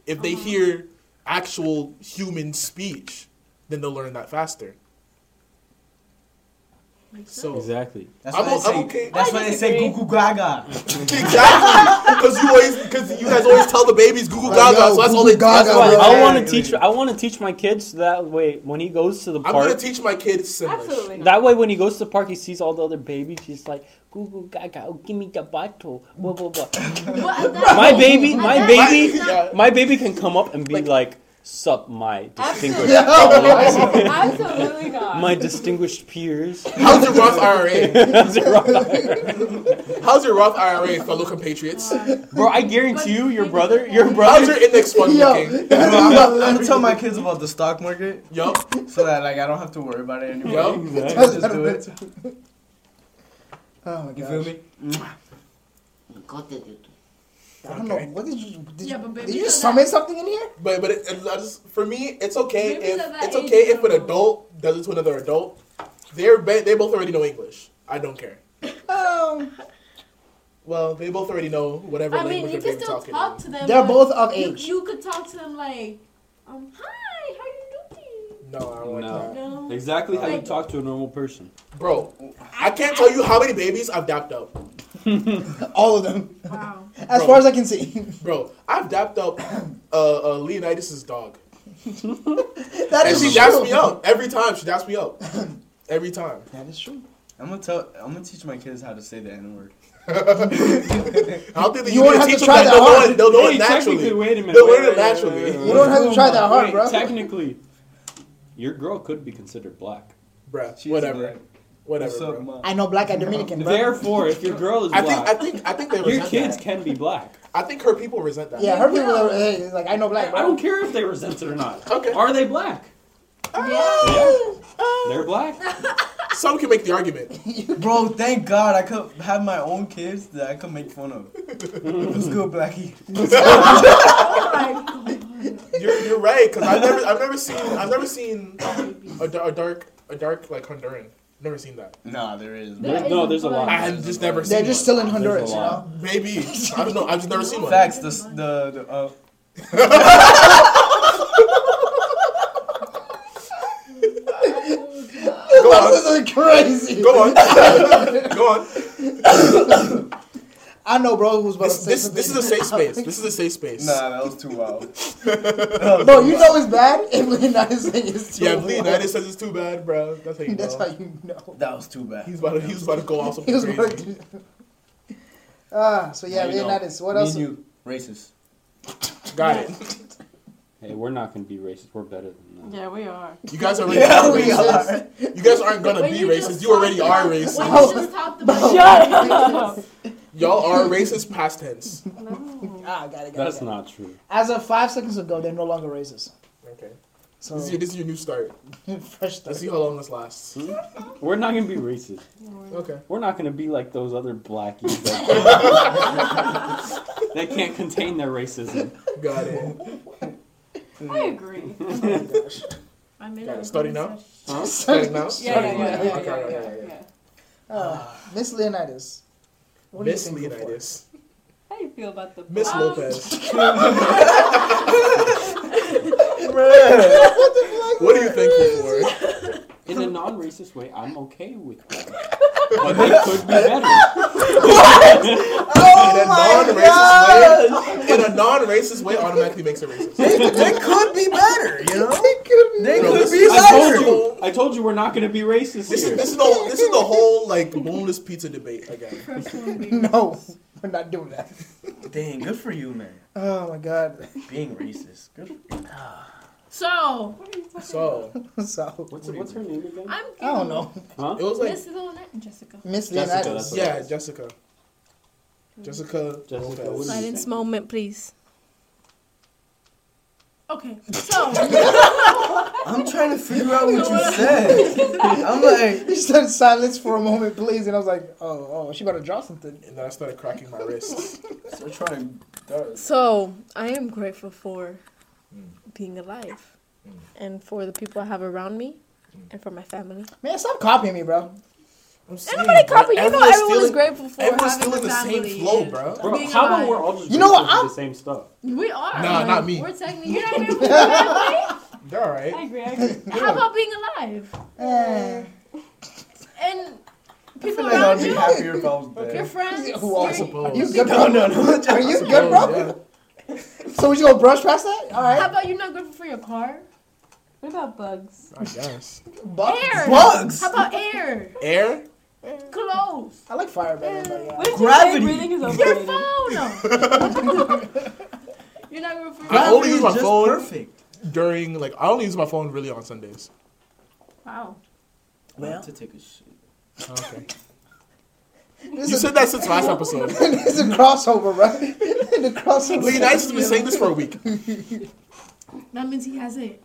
[SPEAKER 3] If
[SPEAKER 7] Uh-huh.
[SPEAKER 3] they hear actual human speech, then they'll learn that faster. So
[SPEAKER 2] Exactly.
[SPEAKER 6] That's
[SPEAKER 3] I'm
[SPEAKER 6] why
[SPEAKER 3] o-
[SPEAKER 6] they say,
[SPEAKER 3] I'm okay.
[SPEAKER 6] that's
[SPEAKER 5] I
[SPEAKER 6] why they say
[SPEAKER 5] disagree.
[SPEAKER 6] Gugu
[SPEAKER 8] Oh
[SPEAKER 6] Gaga.
[SPEAKER 3] exactly because you always because you guys always tell the babies Google
[SPEAKER 7] Right,
[SPEAKER 3] Gaga,
[SPEAKER 7] yo,
[SPEAKER 3] so that's all
[SPEAKER 7] Google
[SPEAKER 3] they.
[SPEAKER 7] Gaga,
[SPEAKER 3] That's all
[SPEAKER 7] bro.
[SPEAKER 3] they
[SPEAKER 2] I
[SPEAKER 6] Yeah,
[SPEAKER 2] want to
[SPEAKER 6] yeah,
[SPEAKER 2] teach.
[SPEAKER 6] yeah.
[SPEAKER 2] I want to teach my kids that way. When he goes to the
[SPEAKER 3] I'm
[SPEAKER 2] park,
[SPEAKER 3] gonna teach my kids Simlish.
[SPEAKER 5] Absolutely not.
[SPEAKER 2] that way when he goes to the park, he sees all the other babies. He's like, "Goo goo gaga, oh, give me the bottle." Blah blah blah.
[SPEAKER 1] Well, at that
[SPEAKER 2] my
[SPEAKER 1] point-
[SPEAKER 2] baby,
[SPEAKER 1] at
[SPEAKER 2] my
[SPEAKER 1] that
[SPEAKER 2] baby,
[SPEAKER 1] point, it's
[SPEAKER 2] my baby can come up and be like, "Sup, my distinguished,
[SPEAKER 1] Absolutely.
[SPEAKER 2] fellows,
[SPEAKER 5] Absolutely not.
[SPEAKER 2] my distinguished peers."
[SPEAKER 3] How's your Roth IRA?
[SPEAKER 2] That's right.
[SPEAKER 3] How's your Roth IRA, fellow compatriots?
[SPEAKER 1] not-
[SPEAKER 2] Bro, I guarantee you, your brother, your
[SPEAKER 3] How's
[SPEAKER 2] brother.
[SPEAKER 3] your index fund
[SPEAKER 7] Yo.
[SPEAKER 3] looking?
[SPEAKER 6] I'm, gonna- I'm gonna tell my kids about the stock market
[SPEAKER 3] Yup,
[SPEAKER 6] so that like I don't have to worry about it anymore.
[SPEAKER 3] yup.
[SPEAKER 2] Exactly.
[SPEAKER 6] Just do it.
[SPEAKER 7] Oh my
[SPEAKER 6] You feel
[SPEAKER 7] god!
[SPEAKER 6] me?
[SPEAKER 7] I don't know. What did you did
[SPEAKER 1] Yeah,
[SPEAKER 7] you,
[SPEAKER 1] but baby,
[SPEAKER 7] did you
[SPEAKER 1] you know
[SPEAKER 7] summon
[SPEAKER 1] that-
[SPEAKER 7] something in here?
[SPEAKER 3] But but it, it- I just, for me, it's okay
[SPEAKER 5] Maybe
[SPEAKER 3] if
[SPEAKER 5] they're that
[SPEAKER 3] it's
[SPEAKER 5] age
[SPEAKER 3] okay if an
[SPEAKER 5] group.
[SPEAKER 3] adult does it to another adult. They're ba- they both already know English. I don't care.
[SPEAKER 7] Um,
[SPEAKER 3] Well, they both already know whatever
[SPEAKER 1] I mean,
[SPEAKER 3] language
[SPEAKER 1] you
[SPEAKER 3] they're
[SPEAKER 1] can
[SPEAKER 3] being
[SPEAKER 1] still
[SPEAKER 3] talking.
[SPEAKER 1] talk
[SPEAKER 3] in.
[SPEAKER 1] to them.
[SPEAKER 7] they're
[SPEAKER 1] but
[SPEAKER 7] both of
[SPEAKER 1] You,
[SPEAKER 7] age.
[SPEAKER 1] you could talk to them like, um, hi, how you
[SPEAKER 3] No, I don't like
[SPEAKER 2] No.
[SPEAKER 3] that.
[SPEAKER 1] doing? No.
[SPEAKER 2] Exactly how you
[SPEAKER 1] Like-
[SPEAKER 2] talk to a normal person.
[SPEAKER 3] Bro, I can't tell you how many babies I've dapped up.
[SPEAKER 7] All of them,
[SPEAKER 1] Wow.
[SPEAKER 7] as
[SPEAKER 3] Bro.
[SPEAKER 7] far as I can see.
[SPEAKER 3] Bro, I've dapped up uh, uh, Leonidas's dog.
[SPEAKER 7] that
[SPEAKER 3] And
[SPEAKER 7] is
[SPEAKER 3] she
[SPEAKER 7] true.
[SPEAKER 3] daps me up every time. She daps me up every time.
[SPEAKER 7] That is true.
[SPEAKER 6] I'm gonna tell. I'm gonna teach my kids how to say the N word.
[SPEAKER 3] I don't think that
[SPEAKER 7] You
[SPEAKER 3] you,
[SPEAKER 7] won't
[SPEAKER 3] need
[SPEAKER 7] have to
[SPEAKER 3] teach them
[SPEAKER 7] try
[SPEAKER 3] that.
[SPEAKER 7] that
[SPEAKER 3] They'll know
[SPEAKER 7] hard.
[SPEAKER 3] it- They'll know it
[SPEAKER 2] Hey,
[SPEAKER 3] naturally.
[SPEAKER 2] technically, wait a minute.
[SPEAKER 3] They'll
[SPEAKER 2] wait,
[SPEAKER 3] learn it
[SPEAKER 2] wait, wait,
[SPEAKER 3] naturally.
[SPEAKER 2] wait, wait,
[SPEAKER 7] You don't have to
[SPEAKER 2] wait.
[SPEAKER 7] try that hard,
[SPEAKER 2] Wait,
[SPEAKER 7] bro.
[SPEAKER 2] Technically, your girl could be considered black.
[SPEAKER 3] Bruh,
[SPEAKER 6] She's
[SPEAKER 3] whatever,
[SPEAKER 6] like,
[SPEAKER 3] whatever.
[SPEAKER 6] "What's up,
[SPEAKER 3] bro.
[SPEAKER 6] mom?"
[SPEAKER 7] I know black and Dominican, bro.
[SPEAKER 2] Therefore, if your girl is
[SPEAKER 3] I think
[SPEAKER 2] black,
[SPEAKER 3] I think I think they
[SPEAKER 2] your
[SPEAKER 3] resent
[SPEAKER 2] kids
[SPEAKER 3] that.
[SPEAKER 2] can be black.
[SPEAKER 3] I think her people resent that.
[SPEAKER 7] yeah, her people are hey, like I know
[SPEAKER 2] I
[SPEAKER 7] black. Bro.
[SPEAKER 2] don't care if they resent it or not.
[SPEAKER 3] Okay.
[SPEAKER 2] Are they black?
[SPEAKER 1] Yeah.
[SPEAKER 2] They're black.
[SPEAKER 3] Some can make the argument.
[SPEAKER 6] Bro, thank God I could have my own kids that I could make fun of. What's good, Blackie?
[SPEAKER 3] You're, you're right because I've never I've never seen I've never seen a, da- a dark a dark like Honduran. Never seen that.
[SPEAKER 8] No, there is.
[SPEAKER 5] There
[SPEAKER 2] There's- no,
[SPEAKER 5] is
[SPEAKER 2] there's a lot.
[SPEAKER 5] bunch.
[SPEAKER 3] I have just never
[SPEAKER 7] They're
[SPEAKER 3] seen.
[SPEAKER 7] just
[SPEAKER 3] one.
[SPEAKER 7] still in Honduras, you
[SPEAKER 8] lot.
[SPEAKER 7] know?
[SPEAKER 3] Maybe I don't know. I've just never seen one.
[SPEAKER 8] Facts. The s- the, the uh,
[SPEAKER 3] Go on.
[SPEAKER 7] This is crazy.
[SPEAKER 3] Go on. Go on.
[SPEAKER 7] I know, bro, who's about
[SPEAKER 3] This
[SPEAKER 7] to say
[SPEAKER 3] this,
[SPEAKER 7] something.
[SPEAKER 3] this is a safe space. This is a safe space.
[SPEAKER 8] nah, that was too wild.
[SPEAKER 7] Bro, you know it's bad if Leonidas saying it's too
[SPEAKER 3] Yeah, if
[SPEAKER 7] much.
[SPEAKER 3] Leonidas says it's too bad, bro. That's how you
[SPEAKER 7] That's
[SPEAKER 3] know.
[SPEAKER 7] how you know.
[SPEAKER 8] That was too bad.
[SPEAKER 3] He's about to, he was about to go off
[SPEAKER 7] He
[SPEAKER 3] something
[SPEAKER 7] was
[SPEAKER 3] crazy.
[SPEAKER 7] about to do Ah, so yeah,
[SPEAKER 8] Now you know.
[SPEAKER 7] Leonidas. What
[SPEAKER 8] Me
[SPEAKER 7] else?
[SPEAKER 8] and you racist.
[SPEAKER 3] Got it.
[SPEAKER 2] Hey, we're not gonna be racist. We're better than that.
[SPEAKER 5] Yeah, we are.
[SPEAKER 3] You guys already
[SPEAKER 7] Yeah,
[SPEAKER 3] are
[SPEAKER 7] we
[SPEAKER 3] racist.
[SPEAKER 7] are.
[SPEAKER 3] You guys aren't gonna
[SPEAKER 1] When
[SPEAKER 3] be
[SPEAKER 1] you just
[SPEAKER 3] racist. You already
[SPEAKER 1] talked
[SPEAKER 3] are
[SPEAKER 1] about-
[SPEAKER 3] racist.
[SPEAKER 1] When you just talked about
[SPEAKER 5] Shut up!
[SPEAKER 3] Y'all are racist past tense.
[SPEAKER 7] Ah, got it, got it.
[SPEAKER 2] That's
[SPEAKER 7] got it.
[SPEAKER 2] not true.
[SPEAKER 7] As of five seconds ago, they're no longer racist.
[SPEAKER 3] Okay.
[SPEAKER 7] So,
[SPEAKER 3] This is your, this is your new start.
[SPEAKER 7] fresh
[SPEAKER 3] Let's
[SPEAKER 7] start.
[SPEAKER 3] see how long this lasts.
[SPEAKER 2] We're not gonna be racist.
[SPEAKER 3] Okay.
[SPEAKER 2] We're not gonna be like those other blackies that that can't contain their racism.
[SPEAKER 3] Got it.
[SPEAKER 5] I agree.
[SPEAKER 7] Oh
[SPEAKER 1] I made
[SPEAKER 3] Got it.
[SPEAKER 1] up
[SPEAKER 3] Starting
[SPEAKER 1] with
[SPEAKER 3] now?
[SPEAKER 2] Huh?
[SPEAKER 3] Starting now?
[SPEAKER 5] Yeah, yeah, yeah, yeah,
[SPEAKER 3] Okay,
[SPEAKER 5] yeah,
[SPEAKER 3] okay,
[SPEAKER 5] yeah,
[SPEAKER 3] okay.
[SPEAKER 5] yeah.
[SPEAKER 7] Ah, Miss Leonidas. What are you
[SPEAKER 3] Miss
[SPEAKER 7] thankful for?
[SPEAKER 3] Leonidas.
[SPEAKER 5] How do you feel about the
[SPEAKER 3] Miss
[SPEAKER 5] Um,
[SPEAKER 3] Lopez. What are you thankful for?
[SPEAKER 2] In a non-racist way, I'm okay with that. But they could be better.
[SPEAKER 5] Oh
[SPEAKER 3] In a non-racist way, in a non-racist way, automatically makes it racist.
[SPEAKER 8] They could be better, you know.
[SPEAKER 6] They
[SPEAKER 3] No,
[SPEAKER 6] could
[SPEAKER 3] this
[SPEAKER 6] be
[SPEAKER 3] is-
[SPEAKER 2] I told
[SPEAKER 6] better.
[SPEAKER 2] you. I told you we're not gonna be racist
[SPEAKER 3] This
[SPEAKER 2] here.
[SPEAKER 3] is this is the this is the whole like boneless pizza debate again.
[SPEAKER 7] No, we're not doing that.
[SPEAKER 8] Dang, good for you, man.
[SPEAKER 7] Oh my god.
[SPEAKER 8] Being racist. Good. For
[SPEAKER 1] So,
[SPEAKER 3] So
[SPEAKER 7] So,
[SPEAKER 2] What's, what's her name again?
[SPEAKER 1] I'm
[SPEAKER 7] I don't know.
[SPEAKER 2] Huh?
[SPEAKER 3] it was like
[SPEAKER 1] Miss Leonette and Jessica.
[SPEAKER 7] Miss
[SPEAKER 2] Jessica, that's
[SPEAKER 7] Leonidas.
[SPEAKER 2] what-
[SPEAKER 3] yeah, Jessica. Jessica.
[SPEAKER 2] Jessica
[SPEAKER 3] Lopez.
[SPEAKER 2] Woodard.
[SPEAKER 1] Silence moment, please. Okay, so
[SPEAKER 6] I'm trying to figure out what you said. I'm like,
[SPEAKER 7] He said silence for a moment, please, and I was like, oh, oh, she about to drop something.
[SPEAKER 3] And then I started cracking my wrists.
[SPEAKER 6] they're trying.
[SPEAKER 1] so I am grateful for
[SPEAKER 3] Hmm.
[SPEAKER 1] being alive, and for the people I have around me,
[SPEAKER 3] Hmm.
[SPEAKER 1] and for my family.
[SPEAKER 7] Man, stop copying me, bro.
[SPEAKER 3] I'm saying,
[SPEAKER 1] Everybody
[SPEAKER 3] bro,
[SPEAKER 1] copy. You know,
[SPEAKER 3] everyone's
[SPEAKER 1] everyone
[SPEAKER 3] still
[SPEAKER 1] is
[SPEAKER 3] in-
[SPEAKER 1] grateful for
[SPEAKER 3] Everyone's
[SPEAKER 1] having
[SPEAKER 3] still in
[SPEAKER 1] a
[SPEAKER 3] the same
[SPEAKER 1] family
[SPEAKER 3] flow,
[SPEAKER 1] and
[SPEAKER 3] bro.
[SPEAKER 2] Bro,
[SPEAKER 1] being
[SPEAKER 2] how about
[SPEAKER 1] alive.
[SPEAKER 2] we're all just
[SPEAKER 7] You know
[SPEAKER 2] racist
[SPEAKER 7] what,
[SPEAKER 2] for
[SPEAKER 7] I'm-
[SPEAKER 2] the same stuff?
[SPEAKER 1] We are.
[SPEAKER 3] Nah,
[SPEAKER 1] like,
[SPEAKER 3] not me.
[SPEAKER 1] We're technically. You're not grateful for family?
[SPEAKER 3] They're alright.
[SPEAKER 5] I agree, I agree.
[SPEAKER 1] How about being alive?
[SPEAKER 7] Eh.
[SPEAKER 1] And
[SPEAKER 8] I feel
[SPEAKER 1] people
[SPEAKER 8] like I'd
[SPEAKER 1] around
[SPEAKER 8] be
[SPEAKER 1] you,
[SPEAKER 8] happier if I was
[SPEAKER 1] your
[SPEAKER 8] dead.
[SPEAKER 1] friends.
[SPEAKER 7] Who are
[SPEAKER 1] your-
[SPEAKER 7] supposed? Are
[SPEAKER 3] supposed-
[SPEAKER 7] you good,
[SPEAKER 8] No,
[SPEAKER 7] bro?
[SPEAKER 8] no, no.
[SPEAKER 7] Are you
[SPEAKER 3] Oh,
[SPEAKER 7] good, bro?
[SPEAKER 3] Yeah.
[SPEAKER 7] So we just gonna brush past that? All
[SPEAKER 1] How
[SPEAKER 7] right.
[SPEAKER 1] about you're not grateful for your car?
[SPEAKER 5] What about bugs?
[SPEAKER 3] I guess.
[SPEAKER 7] Bugs.
[SPEAKER 1] Air.
[SPEAKER 6] Bugs.
[SPEAKER 1] How about air?
[SPEAKER 3] Air?
[SPEAKER 1] Clothes.
[SPEAKER 7] I like fire uh, better than everybody
[SPEAKER 5] What
[SPEAKER 7] else.
[SPEAKER 5] did
[SPEAKER 6] Gravity.
[SPEAKER 5] You say breathing is
[SPEAKER 1] Your
[SPEAKER 5] overrated?
[SPEAKER 1] phone. you're not grateful for.
[SPEAKER 3] I only use my
[SPEAKER 6] Just
[SPEAKER 3] phone.
[SPEAKER 6] Perfect.
[SPEAKER 3] During like I only use my phone really on Sundays.
[SPEAKER 1] Wow.
[SPEAKER 8] Well, to take a shit.
[SPEAKER 3] Okay.
[SPEAKER 7] This
[SPEAKER 3] You
[SPEAKER 7] is,
[SPEAKER 3] said that since last episode.
[SPEAKER 7] this is a crossover, bro. the crossover.
[SPEAKER 3] Leonidas has been saying this for a week.
[SPEAKER 1] That means he has it.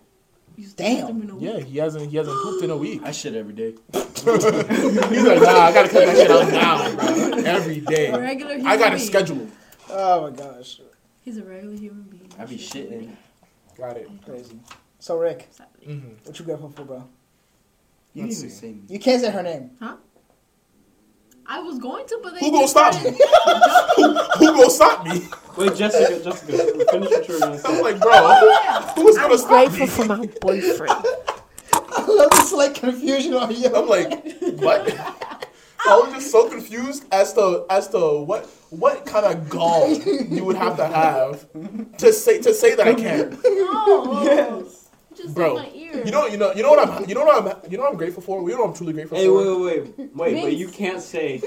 [SPEAKER 1] You still
[SPEAKER 7] Damn.
[SPEAKER 1] have them in a
[SPEAKER 3] Yeah,
[SPEAKER 1] week.
[SPEAKER 3] he hasn't he hasn't pooped in a week.
[SPEAKER 8] I shit every day.
[SPEAKER 3] He's like, nah, I gotta cut that shit out now, bro. Every
[SPEAKER 1] A
[SPEAKER 3] day.
[SPEAKER 1] regular human
[SPEAKER 3] I got a
[SPEAKER 1] being.
[SPEAKER 3] schedule.
[SPEAKER 7] Oh my gosh,
[SPEAKER 1] He's a regular human being.
[SPEAKER 8] I be shitting.
[SPEAKER 3] Got it.
[SPEAKER 7] crazy. So Rick,
[SPEAKER 1] Sadly.
[SPEAKER 3] hmm
[SPEAKER 7] what you grateful for, bro?
[SPEAKER 8] You
[SPEAKER 3] Let's
[SPEAKER 8] didn't
[SPEAKER 3] see.
[SPEAKER 8] even say me.
[SPEAKER 7] You can't say her name.
[SPEAKER 1] I was going to, but then
[SPEAKER 3] Who
[SPEAKER 1] you
[SPEAKER 3] gonna stop
[SPEAKER 1] started-
[SPEAKER 3] me? Who gonna stop me?
[SPEAKER 2] Wait, Jessica, Jessica, finish what you were gonna
[SPEAKER 3] I'm
[SPEAKER 2] say.
[SPEAKER 3] like, bro, who's gonna stop me?
[SPEAKER 1] Grateful for my boyfriend.
[SPEAKER 7] I love this like confusion on you.
[SPEAKER 3] I'm like, what? I was just so confused as to as to what what kind of gall you would have to have to say to say that I can't.
[SPEAKER 1] no. Just
[SPEAKER 3] Bro,
[SPEAKER 1] in my ear.
[SPEAKER 3] You know, you know, you know what I'm, you know what I'm, you know what I'm grateful for. You know what I'm truly grateful
[SPEAKER 2] Hey,
[SPEAKER 3] for.
[SPEAKER 2] wait, wait, wait, wait, but you can't say,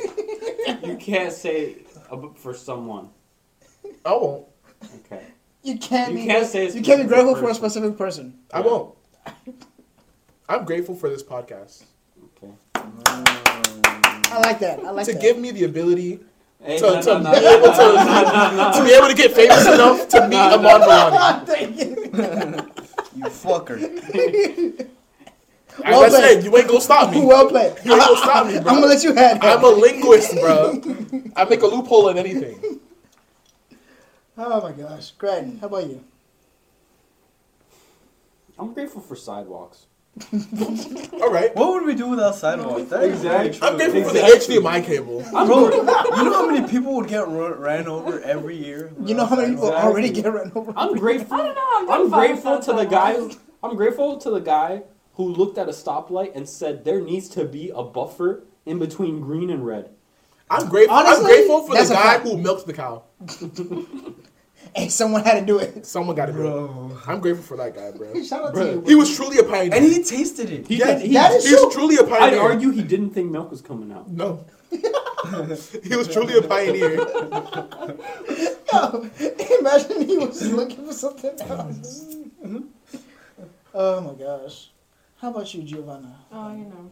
[SPEAKER 2] you can't say ab- for someone.
[SPEAKER 3] I won't.
[SPEAKER 2] Okay.
[SPEAKER 7] you can't.
[SPEAKER 2] You
[SPEAKER 7] be,
[SPEAKER 2] can't say it's
[SPEAKER 7] You can't be
[SPEAKER 2] a
[SPEAKER 7] grateful for a
[SPEAKER 2] person.
[SPEAKER 7] specific person.
[SPEAKER 3] I won't. I'm grateful for this podcast
[SPEAKER 2] Okay.
[SPEAKER 7] I like that. I like
[SPEAKER 3] to
[SPEAKER 7] that.
[SPEAKER 3] give me the ability
[SPEAKER 2] Hey,
[SPEAKER 3] To-
[SPEAKER 2] no,
[SPEAKER 3] to
[SPEAKER 2] no, no,
[SPEAKER 3] be
[SPEAKER 2] no,
[SPEAKER 3] able
[SPEAKER 2] no,
[SPEAKER 3] to-
[SPEAKER 2] no, no, no,
[SPEAKER 3] to be able to get famous enough to meet
[SPEAKER 2] No, no.
[SPEAKER 3] Amon Villani.
[SPEAKER 8] You fucker.
[SPEAKER 3] As I said, you ain't gonna stop me. You
[SPEAKER 7] well played.
[SPEAKER 3] ain't gonna stop me,
[SPEAKER 7] I'm gonna
[SPEAKER 3] bro.
[SPEAKER 7] let you have
[SPEAKER 3] I'm
[SPEAKER 7] that.
[SPEAKER 3] a linguist, bro. I make a loophole in anything.
[SPEAKER 7] Oh my gosh, Greg, how about you?
[SPEAKER 2] I'm grateful for sidewalks.
[SPEAKER 3] All right.
[SPEAKER 8] What would we do without sidewalks? That is very
[SPEAKER 2] Exactly.
[SPEAKER 8] true.
[SPEAKER 3] I'm grateful for the HDMI cable.
[SPEAKER 8] Bro, you know how many people would get ru- ran over every year?
[SPEAKER 7] You know how many people
[SPEAKER 2] Exactly.
[SPEAKER 7] already get run over?
[SPEAKER 2] I'm
[SPEAKER 5] I
[SPEAKER 2] grateful.
[SPEAKER 5] don't know. I'm,
[SPEAKER 2] I'm
[SPEAKER 5] doing fine
[SPEAKER 2] grateful
[SPEAKER 5] without
[SPEAKER 2] to the
[SPEAKER 5] sidewalks.
[SPEAKER 2] guy. I'm grateful to the guy who looked at a stoplight and said there needs to be a buffer in between green and red.
[SPEAKER 3] I'm grateful.
[SPEAKER 7] Honestly,
[SPEAKER 3] I'm grateful for
[SPEAKER 7] that's
[SPEAKER 3] the
[SPEAKER 7] a
[SPEAKER 3] guy
[SPEAKER 7] fact.
[SPEAKER 3] who milked the cow.
[SPEAKER 7] And someone had to do it.
[SPEAKER 3] Someone got to do it.
[SPEAKER 8] Bro.
[SPEAKER 3] I'm grateful for that guy, bro.
[SPEAKER 7] Shout out
[SPEAKER 2] Bruh.
[SPEAKER 7] to you.
[SPEAKER 3] He was truly a pioneer.
[SPEAKER 8] And he tasted it.
[SPEAKER 2] He
[SPEAKER 3] Yes,
[SPEAKER 2] did, he,
[SPEAKER 7] that is
[SPEAKER 3] he's
[SPEAKER 7] true.
[SPEAKER 3] truly a
[SPEAKER 2] I'd
[SPEAKER 3] pioneer.
[SPEAKER 2] argue he didn't think milk was coming out.
[SPEAKER 3] No. he was truly a pioneer.
[SPEAKER 7] Yo, imagine he was looking for something else. oh my gosh. How about you, Giovanna?
[SPEAKER 5] Oh, you know.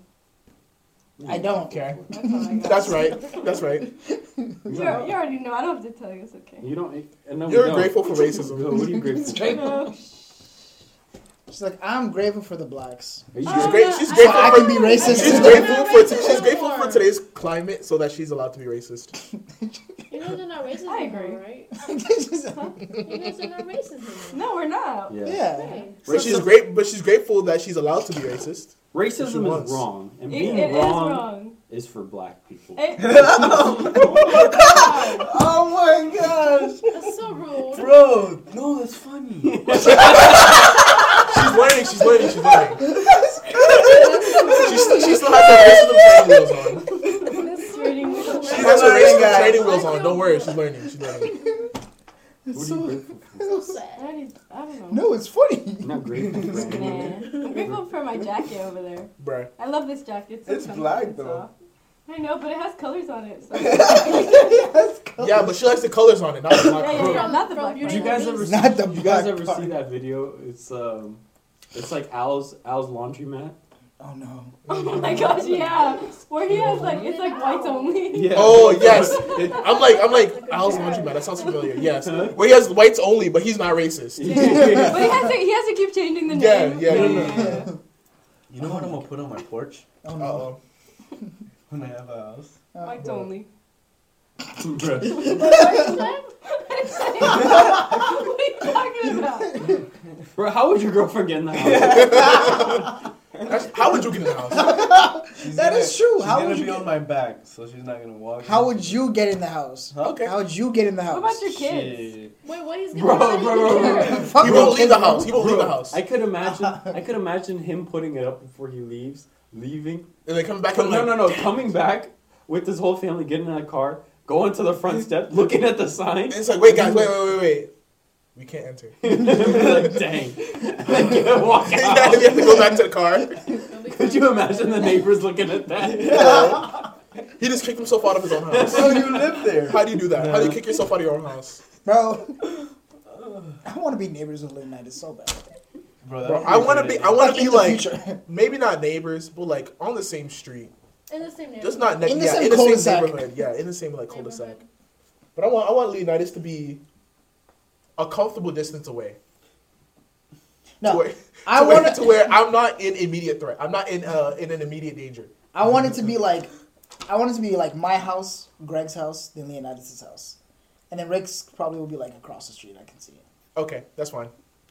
[SPEAKER 7] I don't.
[SPEAKER 3] Okay.
[SPEAKER 5] That's all I got.
[SPEAKER 3] That's right. That's right.
[SPEAKER 5] You, you already know. I don't have to tell you. It's okay.
[SPEAKER 2] You don't. and no, we
[SPEAKER 3] You're
[SPEAKER 2] don't.
[SPEAKER 3] grateful for
[SPEAKER 2] Bill,
[SPEAKER 3] racism.
[SPEAKER 2] what are you grateful for?
[SPEAKER 5] You know,
[SPEAKER 7] She's like, I'm grateful for the blacks.
[SPEAKER 2] Are you
[SPEAKER 5] Uh,
[SPEAKER 3] She's,
[SPEAKER 2] grateful?
[SPEAKER 3] great, she's
[SPEAKER 5] I-
[SPEAKER 7] So
[SPEAKER 3] grateful.
[SPEAKER 7] I
[SPEAKER 3] for,
[SPEAKER 7] can be racist.
[SPEAKER 3] she's
[SPEAKER 5] I-
[SPEAKER 7] too.
[SPEAKER 3] grateful for she's grateful for today's climate so that she's allowed to be racist.
[SPEAKER 1] You guys are not racist
[SPEAKER 5] I
[SPEAKER 1] anymore,
[SPEAKER 5] agree.
[SPEAKER 1] right?
[SPEAKER 7] She's like,
[SPEAKER 1] You guys are not racist anymore.
[SPEAKER 5] no, we're not.
[SPEAKER 2] yeah.
[SPEAKER 7] yeah.
[SPEAKER 1] Right.
[SPEAKER 3] But she's great. But she's grateful that she's allowed to be racist. She
[SPEAKER 2] Racism is
[SPEAKER 3] wants.
[SPEAKER 2] wrong, and
[SPEAKER 5] It-
[SPEAKER 2] being
[SPEAKER 5] it is
[SPEAKER 2] wrong,
[SPEAKER 5] wrong.
[SPEAKER 2] is for black people.
[SPEAKER 5] It-
[SPEAKER 6] Oh my gosh,
[SPEAKER 1] That's so rude.
[SPEAKER 8] Bro, no, that's funny.
[SPEAKER 3] She's learning. She's learning. She's learning. she, still, she still has her racism training wheels on.
[SPEAKER 5] That's reading the
[SPEAKER 3] She has her
[SPEAKER 6] learning,
[SPEAKER 3] racism
[SPEAKER 6] guys.
[SPEAKER 3] training wheels on. Don't worry. She's learning. She's learning.
[SPEAKER 2] What are
[SPEAKER 7] so-
[SPEAKER 2] you grateful for?
[SPEAKER 1] So sad.
[SPEAKER 5] I need- I don't know.
[SPEAKER 7] No, it's funny.
[SPEAKER 2] You're not grateful for anything.
[SPEAKER 5] Nah. I'm grateful for my jacket over there.
[SPEAKER 3] Bruh.
[SPEAKER 5] I love this jacket. It's, so
[SPEAKER 8] It's
[SPEAKER 5] comfy,
[SPEAKER 8] black,
[SPEAKER 5] it's
[SPEAKER 8] though.
[SPEAKER 5] soft. I know, but it has colors on it. So.
[SPEAKER 3] Yeah, but she likes the colors on it. Not the
[SPEAKER 5] Yeah,
[SPEAKER 3] black
[SPEAKER 5] yeah,
[SPEAKER 3] color.
[SPEAKER 5] yeah. Not the
[SPEAKER 1] From
[SPEAKER 5] black
[SPEAKER 1] Beauty
[SPEAKER 2] Did you
[SPEAKER 5] part.
[SPEAKER 2] guys
[SPEAKER 1] and the
[SPEAKER 2] ever
[SPEAKER 1] Beast.
[SPEAKER 2] see,
[SPEAKER 7] Not the
[SPEAKER 2] you
[SPEAKER 7] black
[SPEAKER 2] guys ever
[SPEAKER 7] part.
[SPEAKER 2] see that video? It's um, it's like Al's Al's laundromat.
[SPEAKER 7] Oh no.
[SPEAKER 5] Oh my gosh, yeah. Where he has like it's like whites only.
[SPEAKER 2] Yeah.
[SPEAKER 3] Oh yes, I'm like I'm like Al's laundromat. That sounds familiar. Yes, where he has whites only, but he's not racist.
[SPEAKER 2] yeah.
[SPEAKER 5] But he has to he has to keep changing the
[SPEAKER 3] Yeah,
[SPEAKER 5] name.
[SPEAKER 3] yeah, yeah,
[SPEAKER 8] You know what I'm gonna put on my porch
[SPEAKER 7] Oh
[SPEAKER 3] Uh
[SPEAKER 7] no.
[SPEAKER 3] oh.
[SPEAKER 8] when I have a house?
[SPEAKER 5] Whites only.
[SPEAKER 2] Bruh.
[SPEAKER 5] What are you talking about?
[SPEAKER 2] Bruh, how would your girlfriend get in the house?
[SPEAKER 3] That's, how would you get in the house?
[SPEAKER 8] She's
[SPEAKER 7] That is true.
[SPEAKER 8] She's
[SPEAKER 7] How
[SPEAKER 8] gonna
[SPEAKER 7] would
[SPEAKER 8] be
[SPEAKER 7] you
[SPEAKER 8] on
[SPEAKER 7] get-
[SPEAKER 8] my back, so she's not gonna walk.
[SPEAKER 7] How would you get in the house?
[SPEAKER 8] Huh?
[SPEAKER 3] Okay.
[SPEAKER 7] How would you get in the
[SPEAKER 5] What
[SPEAKER 7] house?
[SPEAKER 5] about your kids?
[SPEAKER 8] Shit.
[SPEAKER 1] Wait, what is
[SPEAKER 2] Bro,
[SPEAKER 1] going on?
[SPEAKER 2] bro, bro, bro.
[SPEAKER 7] Fuck
[SPEAKER 3] He
[SPEAKER 7] your
[SPEAKER 3] won't leave
[SPEAKER 7] kids.
[SPEAKER 3] the house. He won't leave the house.
[SPEAKER 2] I
[SPEAKER 3] And
[SPEAKER 2] could imagine. I could imagine him putting it up before he leaves, leaving.
[SPEAKER 3] they come back
[SPEAKER 2] No,
[SPEAKER 3] and
[SPEAKER 2] no,
[SPEAKER 3] like,
[SPEAKER 2] no, no. Coming back with his whole family, getting in the car, going to the front step, looking at the sign.
[SPEAKER 3] and it's like, wait, guys, wait, wait, wait, wait. We can't enter.
[SPEAKER 2] Be like, dang. I can't walk
[SPEAKER 3] yeah, we
[SPEAKER 2] out.
[SPEAKER 3] have to go back to the car.
[SPEAKER 2] Could you imagine the neighbors looking at that?
[SPEAKER 3] He just kicked himself out of his own house.
[SPEAKER 8] So you live there.
[SPEAKER 3] How do you do that? How do you kick yourself out of your own house?
[SPEAKER 7] Bro. I want to be neighbors with Leonidas so bad.
[SPEAKER 8] Bro,
[SPEAKER 3] Bro, I want to be. I want
[SPEAKER 7] Like
[SPEAKER 3] to be
[SPEAKER 7] in the
[SPEAKER 3] like
[SPEAKER 7] future.
[SPEAKER 3] maybe not neighbors, but like on the same street.
[SPEAKER 1] In the same neighborhood.
[SPEAKER 3] Just not next.
[SPEAKER 7] In the
[SPEAKER 3] yeah,
[SPEAKER 7] same
[SPEAKER 3] in the
[SPEAKER 7] cul-de-sac.
[SPEAKER 3] same neighborhood. Yeah, in the same like
[SPEAKER 1] Neighborhood.
[SPEAKER 3] cul-de-sac. But I want I want Leonidas to be a comfortable distance away. to
[SPEAKER 7] No,
[SPEAKER 3] where,
[SPEAKER 7] I
[SPEAKER 3] to where-
[SPEAKER 7] want
[SPEAKER 3] to
[SPEAKER 7] to.
[SPEAKER 3] where I'm not in immediate threat. I'm not in uh, in an immediate danger.
[SPEAKER 7] I want it to be like, I want it to be like my house, Greg's house, then Leonidas' house, and then Rick's probably will be like across the street. I can see it.
[SPEAKER 3] Okay, that's fine.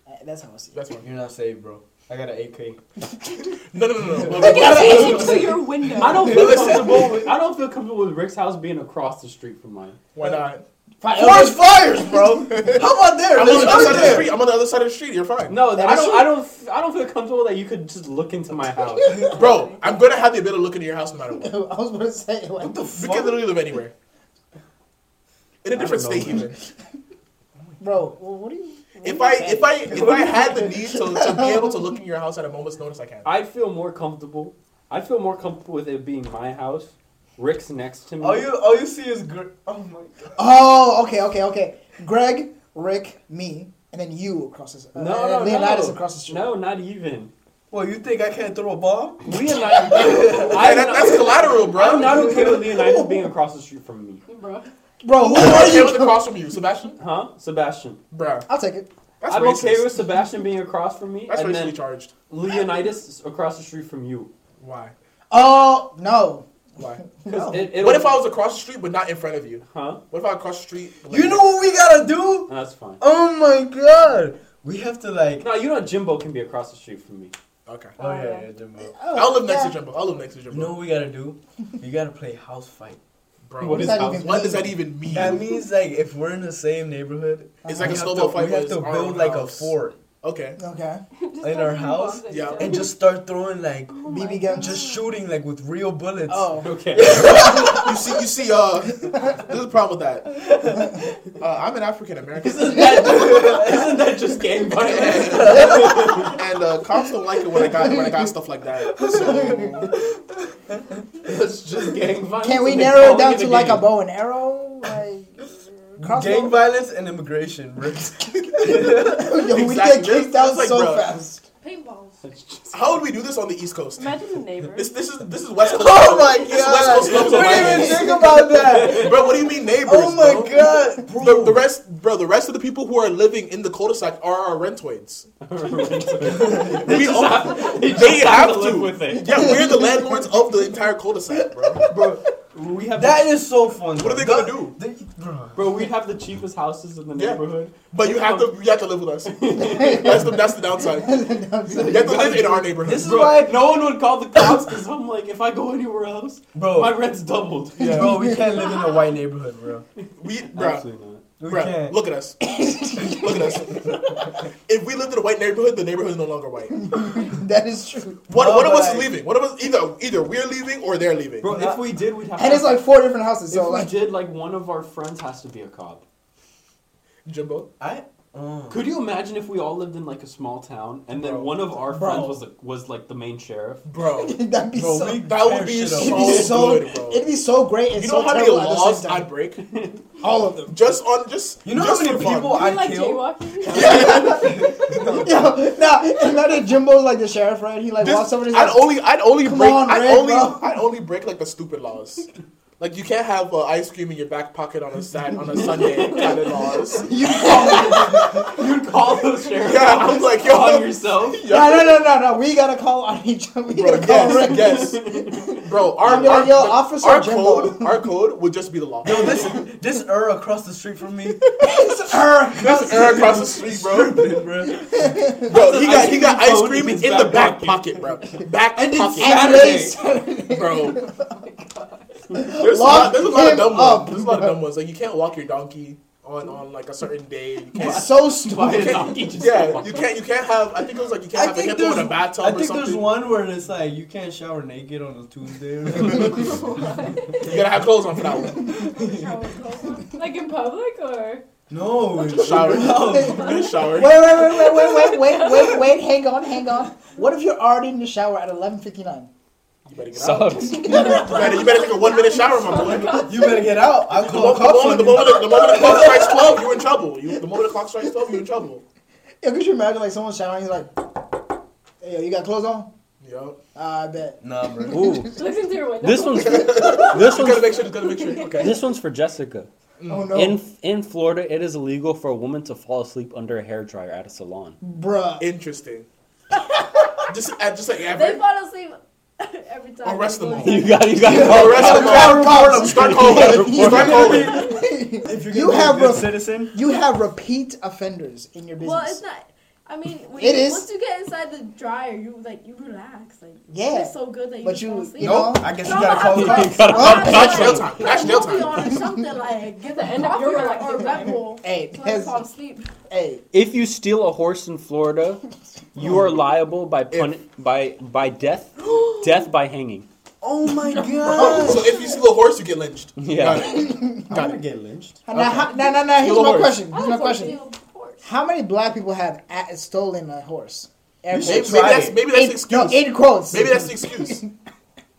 [SPEAKER 7] I, that's how I see it.
[SPEAKER 3] That's fine.
[SPEAKER 8] You're not safe, bro. I got an AK.
[SPEAKER 3] No, no, no, no.
[SPEAKER 5] You
[SPEAKER 3] no.
[SPEAKER 5] can change it to your window.
[SPEAKER 2] I don't
[SPEAKER 3] But
[SPEAKER 2] feel
[SPEAKER 3] listen-
[SPEAKER 2] comfortable. With, I don't feel comfortable with Rick's house being across the street from mine.
[SPEAKER 3] Why not?
[SPEAKER 7] Fire-
[SPEAKER 8] Forest fires, bro. How about there?
[SPEAKER 3] I'm on
[SPEAKER 8] There's
[SPEAKER 3] the other side
[SPEAKER 8] none
[SPEAKER 3] of the
[SPEAKER 8] there.
[SPEAKER 3] street. I'm on the other side of the street. You're fine.
[SPEAKER 2] No,
[SPEAKER 7] That
[SPEAKER 2] I
[SPEAKER 7] is
[SPEAKER 2] don't.
[SPEAKER 7] true.
[SPEAKER 2] I don't. f- I don't feel comfortable that you could just look into my house.
[SPEAKER 3] Bro, I'm gonna have the ability to look into your house no matter what.
[SPEAKER 7] I was gonna say like,
[SPEAKER 3] We can literally live anywhere. In a different
[SPEAKER 2] know,
[SPEAKER 3] state,
[SPEAKER 2] man.
[SPEAKER 3] even.
[SPEAKER 7] bro, well, what are you?
[SPEAKER 3] If I if I if I had the need to, to be able to look in your house at a moment's notice, I can.
[SPEAKER 2] I'd feel more comfortable. I'd feel more comfortable with it being my house. Rick's next to me.
[SPEAKER 8] All you, all you see is gr- oh my god.
[SPEAKER 7] Oh, okay, okay, okay. Greg, Rick, me, and then you across the.
[SPEAKER 2] no,
[SPEAKER 7] Uh, and
[SPEAKER 2] no,
[SPEAKER 7] then Leonidas
[SPEAKER 2] no.
[SPEAKER 7] across the street.
[SPEAKER 2] No, not even.
[SPEAKER 8] Well, you think I can't throw a bomb?
[SPEAKER 2] Leonidas.
[SPEAKER 3] Hey,
[SPEAKER 2] I'm,
[SPEAKER 3] that, that's
[SPEAKER 2] not,
[SPEAKER 3] collateral, bro.
[SPEAKER 2] I'm not okay with Leonidas being across the street from me.
[SPEAKER 5] Bro.
[SPEAKER 7] Bro, who
[SPEAKER 3] I'm
[SPEAKER 7] are
[SPEAKER 3] okay with
[SPEAKER 7] you?
[SPEAKER 3] across from you, Sebastian.
[SPEAKER 2] Huh, Sebastian?
[SPEAKER 3] Bro,
[SPEAKER 7] I'll take it.
[SPEAKER 3] that's
[SPEAKER 2] I'm
[SPEAKER 3] racist.
[SPEAKER 2] okay with Sebastian being across from me,
[SPEAKER 3] that's
[SPEAKER 2] and
[SPEAKER 3] racially
[SPEAKER 2] then
[SPEAKER 3] charged.
[SPEAKER 2] Leonidas is across the street from you.
[SPEAKER 3] Why?
[SPEAKER 7] Oh no,
[SPEAKER 3] Why?
[SPEAKER 7] Oh.
[SPEAKER 2] 'Cause it- it'll-
[SPEAKER 3] What if I was across the street but not in front of you?
[SPEAKER 2] Huh?
[SPEAKER 3] What if I cross the street?
[SPEAKER 8] You know what we gotta do?
[SPEAKER 2] That's fine.
[SPEAKER 8] Oh my god. We have to like.
[SPEAKER 2] No, you know Jimbo can be across the street from me.
[SPEAKER 3] Okay.
[SPEAKER 8] Oh yeah, yeah, Jimbo.
[SPEAKER 3] I'll live next
[SPEAKER 7] yeah.
[SPEAKER 3] to Jimbo. I'll live next to
[SPEAKER 8] You
[SPEAKER 3] Jimbo.
[SPEAKER 8] know what we gotta do? We gotta play house fight.
[SPEAKER 3] Bro,
[SPEAKER 7] What
[SPEAKER 3] what,
[SPEAKER 7] does
[SPEAKER 3] is
[SPEAKER 7] that
[SPEAKER 3] house-
[SPEAKER 7] even
[SPEAKER 3] what
[SPEAKER 7] mean?
[SPEAKER 3] does that even mean?
[SPEAKER 8] That means like if we're in the same neighborhood,
[SPEAKER 3] it's like
[SPEAKER 8] we
[SPEAKER 3] a
[SPEAKER 8] have
[SPEAKER 3] snowball
[SPEAKER 8] to-
[SPEAKER 3] fight.
[SPEAKER 8] We
[SPEAKER 3] but
[SPEAKER 8] have
[SPEAKER 3] it's
[SPEAKER 8] to
[SPEAKER 3] our
[SPEAKER 8] build like a
[SPEAKER 3] house.
[SPEAKER 8] fort
[SPEAKER 3] Okay.
[SPEAKER 7] Okay.
[SPEAKER 5] Just
[SPEAKER 8] in
[SPEAKER 5] start
[SPEAKER 8] our
[SPEAKER 5] throwing
[SPEAKER 8] house,
[SPEAKER 5] bombs at
[SPEAKER 3] yeah,
[SPEAKER 5] each other.
[SPEAKER 8] and just start throwing like
[SPEAKER 3] Oh
[SPEAKER 7] BB guns.
[SPEAKER 8] just shooting like with real bullets.
[SPEAKER 7] Oh.
[SPEAKER 2] Okay.
[SPEAKER 3] You see, you see. Uh, there's a problem with that. Uh, I'm an African American,
[SPEAKER 2] Isn't that, isn't that just gang violence?
[SPEAKER 3] and uh, cops don't like it when I got when I got stuff like that. So,
[SPEAKER 2] That's just gang violence.
[SPEAKER 7] Can we
[SPEAKER 2] and they
[SPEAKER 7] narrow
[SPEAKER 2] calling
[SPEAKER 7] it down
[SPEAKER 2] a
[SPEAKER 7] to like a
[SPEAKER 2] game.
[SPEAKER 7] bow and arrow? Like
[SPEAKER 8] Gang
[SPEAKER 7] crossbow?
[SPEAKER 8] violence and immigration. bro.
[SPEAKER 7] Yo, we
[SPEAKER 3] Exactly.
[SPEAKER 7] get kicked
[SPEAKER 3] That's
[SPEAKER 7] out
[SPEAKER 3] like,
[SPEAKER 7] so
[SPEAKER 3] bro.
[SPEAKER 7] fast.
[SPEAKER 5] paintballs.
[SPEAKER 3] how would we do this on the East Coast?
[SPEAKER 5] Imagine the neighbor.
[SPEAKER 3] This this is this is West Coast.
[SPEAKER 8] Oh my
[SPEAKER 3] This is West Coast levels of
[SPEAKER 8] We didn't
[SPEAKER 3] violence.
[SPEAKER 8] even think about that.
[SPEAKER 3] Bro, what do you mean neighbors?
[SPEAKER 8] Oh
[SPEAKER 3] bro?
[SPEAKER 8] my god, bro.
[SPEAKER 3] The, the rest, bro. The rest of the people who are living in the cul-de-sac are our rentoids. we
[SPEAKER 2] Just
[SPEAKER 3] own-
[SPEAKER 2] have- they just
[SPEAKER 3] they
[SPEAKER 2] have
[SPEAKER 3] have
[SPEAKER 2] to live
[SPEAKER 3] to.
[SPEAKER 2] with it.
[SPEAKER 3] Yeah, we're the landlords of the entire cul-de-sac, bro.
[SPEAKER 8] bro.
[SPEAKER 2] We have
[SPEAKER 8] That is so fun.
[SPEAKER 3] What are they gonna do?
[SPEAKER 2] the, bro. We'd have the cheapest houses in the
[SPEAKER 3] Yeah.
[SPEAKER 2] neighborhood.
[SPEAKER 3] But you have to you have to live with us. That's the that's the downside. You have to live in our neighborhood.
[SPEAKER 8] This is
[SPEAKER 2] Bro,
[SPEAKER 8] why,
[SPEAKER 2] no one would call the cops because I'm like, if I go anywhere else,
[SPEAKER 8] bro.
[SPEAKER 2] my rent's doubled.
[SPEAKER 8] Bro, we can't live in a white neighborhood, bro.
[SPEAKER 3] we, bro,
[SPEAKER 2] Absolutely not.
[SPEAKER 8] We
[SPEAKER 3] bro,
[SPEAKER 8] can't.
[SPEAKER 3] look at us. Look at us. If we lived in a white neighborhood, the neighborhood is no longer white.
[SPEAKER 7] That is true.
[SPEAKER 3] One,
[SPEAKER 8] No,
[SPEAKER 3] one of
[SPEAKER 8] but
[SPEAKER 3] us is
[SPEAKER 8] like-
[SPEAKER 3] leaving. One of us either either we're leaving or they're leaving.
[SPEAKER 2] Bro, if we did, we'd have.
[SPEAKER 7] And
[SPEAKER 2] to,
[SPEAKER 7] it's like four different houses,
[SPEAKER 2] if
[SPEAKER 7] so
[SPEAKER 2] we
[SPEAKER 7] like
[SPEAKER 2] did, like one of our friends has to be a cop.
[SPEAKER 3] Jimbo,
[SPEAKER 8] I. Oh.
[SPEAKER 2] Could you imagine if we all lived in like a small town and then
[SPEAKER 3] Bro.
[SPEAKER 2] one of our
[SPEAKER 7] Bro.
[SPEAKER 2] friends was the, was like the main sheriff?
[SPEAKER 3] bro,
[SPEAKER 7] that'd be
[SPEAKER 8] Bro,
[SPEAKER 7] so
[SPEAKER 8] we-
[SPEAKER 3] that would be
[SPEAKER 8] Tear shit up.
[SPEAKER 3] so,
[SPEAKER 7] it'd be so
[SPEAKER 3] good, bro.
[SPEAKER 7] it'd be so great and
[SPEAKER 3] you
[SPEAKER 7] so
[SPEAKER 3] know how many
[SPEAKER 7] terrible at the same
[SPEAKER 3] laws
[SPEAKER 7] time.
[SPEAKER 3] I'd break?
[SPEAKER 7] All of them.
[SPEAKER 3] Just on just
[SPEAKER 8] You know how
[SPEAKER 3] just
[SPEAKER 8] many
[SPEAKER 3] for fun.
[SPEAKER 8] people
[SPEAKER 5] you
[SPEAKER 8] I
[SPEAKER 5] like
[SPEAKER 8] killed?
[SPEAKER 5] jaywalking?
[SPEAKER 7] Yo, now imagine Jimbo's like the sheriff, right? He like
[SPEAKER 3] Just-
[SPEAKER 7] walks over to his
[SPEAKER 3] I'd only I'd only
[SPEAKER 7] Come
[SPEAKER 3] break
[SPEAKER 7] on,
[SPEAKER 3] I'd
[SPEAKER 7] Rick,
[SPEAKER 3] only
[SPEAKER 7] bro.
[SPEAKER 3] I'd only break like the stupid laws. Like you can't have uh, ice cream in your back pocket on a sat on a Sunday kind of laws.
[SPEAKER 2] You'd call the sheriff
[SPEAKER 3] Yeah, I'm like yo,
[SPEAKER 2] on yourself.
[SPEAKER 7] No, no, no, no, no. We gotta call on each other. We
[SPEAKER 3] bro,
[SPEAKER 7] gotta call Rick.
[SPEAKER 3] yes, yes, bro. Our,
[SPEAKER 7] Yo,
[SPEAKER 3] our,
[SPEAKER 7] yo,
[SPEAKER 3] the-
[SPEAKER 7] Officer
[SPEAKER 3] our
[SPEAKER 7] Jimbo.
[SPEAKER 3] code our code would just be the law.
[SPEAKER 8] Yo, Oh, this this er across the street from me.
[SPEAKER 7] It's her.
[SPEAKER 3] That's Eric across the street, bro.
[SPEAKER 8] Stupid, bro.
[SPEAKER 3] Bro, he got he got
[SPEAKER 2] Ice
[SPEAKER 3] ice
[SPEAKER 2] cream
[SPEAKER 3] cream
[SPEAKER 2] cone
[SPEAKER 3] in
[SPEAKER 2] in his
[SPEAKER 3] the
[SPEAKER 2] back
[SPEAKER 3] back pocket, bro. Back
[SPEAKER 2] And it's
[SPEAKER 3] pocket,
[SPEAKER 7] And today's Saturday.
[SPEAKER 3] bro. There's a
[SPEAKER 7] Lock
[SPEAKER 3] lot, there's a lot of
[SPEAKER 7] him
[SPEAKER 3] dumb
[SPEAKER 7] up,
[SPEAKER 3] ones. There's a lot of dumb ones. Like you can't walk your donkey on on like a certain day. You can't
[SPEAKER 7] It's so
[SPEAKER 2] Buy a
[SPEAKER 7] stupid.
[SPEAKER 2] donkey, just
[SPEAKER 3] Yeah, you can't. You can't have. I think it was like you can't
[SPEAKER 8] I
[SPEAKER 3] have a
[SPEAKER 8] think
[SPEAKER 3] hippo in a
[SPEAKER 8] there's-
[SPEAKER 3] bathtub
[SPEAKER 8] I
[SPEAKER 3] or
[SPEAKER 8] think there's
[SPEAKER 3] something.
[SPEAKER 8] one where it's like you can't shower naked on a Tuesday. Or something.
[SPEAKER 3] You gotta have clothes on for that one.
[SPEAKER 5] like in public or?
[SPEAKER 8] no,
[SPEAKER 3] Shower.
[SPEAKER 8] No.
[SPEAKER 3] You shower.
[SPEAKER 7] Wait, wait, wait, wait, wait, wait, wait, wait, wait. Hang on, hang on. What if you're already in the shower at 11:59?
[SPEAKER 3] You better get out.
[SPEAKER 2] Sucks.
[SPEAKER 3] You better, you better take a one minute shower, my boy. The,
[SPEAKER 8] You better get out. I'll call
[SPEAKER 3] mo- the
[SPEAKER 8] cops on
[SPEAKER 3] moment, the
[SPEAKER 8] you.
[SPEAKER 3] moment, the moment the clock strikes twelve, you're in trouble. You, the moment the clock strikes twelve, you're in trouble.
[SPEAKER 7] Yo, could you imagine like someone showering? He's like, "Hey, yo, you got clothes on?
[SPEAKER 3] Yo,
[SPEAKER 7] Uh, I bet."
[SPEAKER 8] Nah, bro.
[SPEAKER 2] Ooh,
[SPEAKER 5] Look into your window.
[SPEAKER 2] this one's this
[SPEAKER 3] just gotta
[SPEAKER 2] one's
[SPEAKER 3] make sure. Just gotta make sure. Okay.
[SPEAKER 2] this one's for Jessica.
[SPEAKER 7] Oh no,
[SPEAKER 2] In in Florida, it is illegal for a woman to fall asleep under a hairdryer at a salon.
[SPEAKER 7] bruh.
[SPEAKER 3] Interesting. Just, uh, just like
[SPEAKER 5] They
[SPEAKER 3] ever.
[SPEAKER 5] fall asleep every time.
[SPEAKER 3] Arrest them all.
[SPEAKER 2] You got you got
[SPEAKER 3] Oh, arrest them all. Start calling.
[SPEAKER 7] You
[SPEAKER 3] Start calling.
[SPEAKER 8] If you're
[SPEAKER 7] You
[SPEAKER 8] gonna be
[SPEAKER 7] have
[SPEAKER 8] a good
[SPEAKER 7] a-
[SPEAKER 8] citizen.
[SPEAKER 7] You have repeat offenders in your business.
[SPEAKER 5] Well, it's not. I mean, when
[SPEAKER 7] It
[SPEAKER 5] you,
[SPEAKER 7] is.
[SPEAKER 5] once you get inside the dryer, you like you relax. Like
[SPEAKER 7] Yeah.
[SPEAKER 5] you're so good that you
[SPEAKER 7] But
[SPEAKER 5] just
[SPEAKER 7] you-
[SPEAKER 5] fall asleep.
[SPEAKER 7] you know,
[SPEAKER 8] Nope. I guess you
[SPEAKER 5] No,
[SPEAKER 8] gotta
[SPEAKER 5] but
[SPEAKER 8] call
[SPEAKER 5] I'm
[SPEAKER 8] cops.
[SPEAKER 5] like- I'm
[SPEAKER 3] That's
[SPEAKER 5] like,
[SPEAKER 3] jail time. That's jail
[SPEAKER 5] put a movie
[SPEAKER 3] time.
[SPEAKER 5] on or something like get the end
[SPEAKER 1] end of
[SPEAKER 5] of
[SPEAKER 1] your
[SPEAKER 5] your
[SPEAKER 1] life.
[SPEAKER 5] or Red Bull.
[SPEAKER 7] Hey,
[SPEAKER 5] So I
[SPEAKER 7] that's-
[SPEAKER 5] fall asleep.
[SPEAKER 7] hey,
[SPEAKER 2] If you steal a horse in Florida, you are liable by puni- by by death, death by hanging.
[SPEAKER 8] Oh my god.
[SPEAKER 3] So if you steal a horse, you get lynched.
[SPEAKER 2] Yeah.
[SPEAKER 3] Got it.
[SPEAKER 8] I'm gonna get lynched.
[SPEAKER 7] now, how- now, now, now, here's
[SPEAKER 2] Steal a
[SPEAKER 7] my
[SPEAKER 2] horse.
[SPEAKER 7] question.
[SPEAKER 5] I
[SPEAKER 7] Here's
[SPEAKER 5] would
[SPEAKER 7] my
[SPEAKER 5] go
[SPEAKER 7] question.
[SPEAKER 5] steal a horse.
[SPEAKER 7] How many black people have at, stolen a horse?
[SPEAKER 8] You
[SPEAKER 3] Maybe,
[SPEAKER 8] should
[SPEAKER 3] maybe
[SPEAKER 8] try
[SPEAKER 3] that's
[SPEAKER 8] it.
[SPEAKER 3] maybe that's the
[SPEAKER 7] no,
[SPEAKER 3] excuse.
[SPEAKER 7] eight quotes.
[SPEAKER 3] Maybe that's the excuse.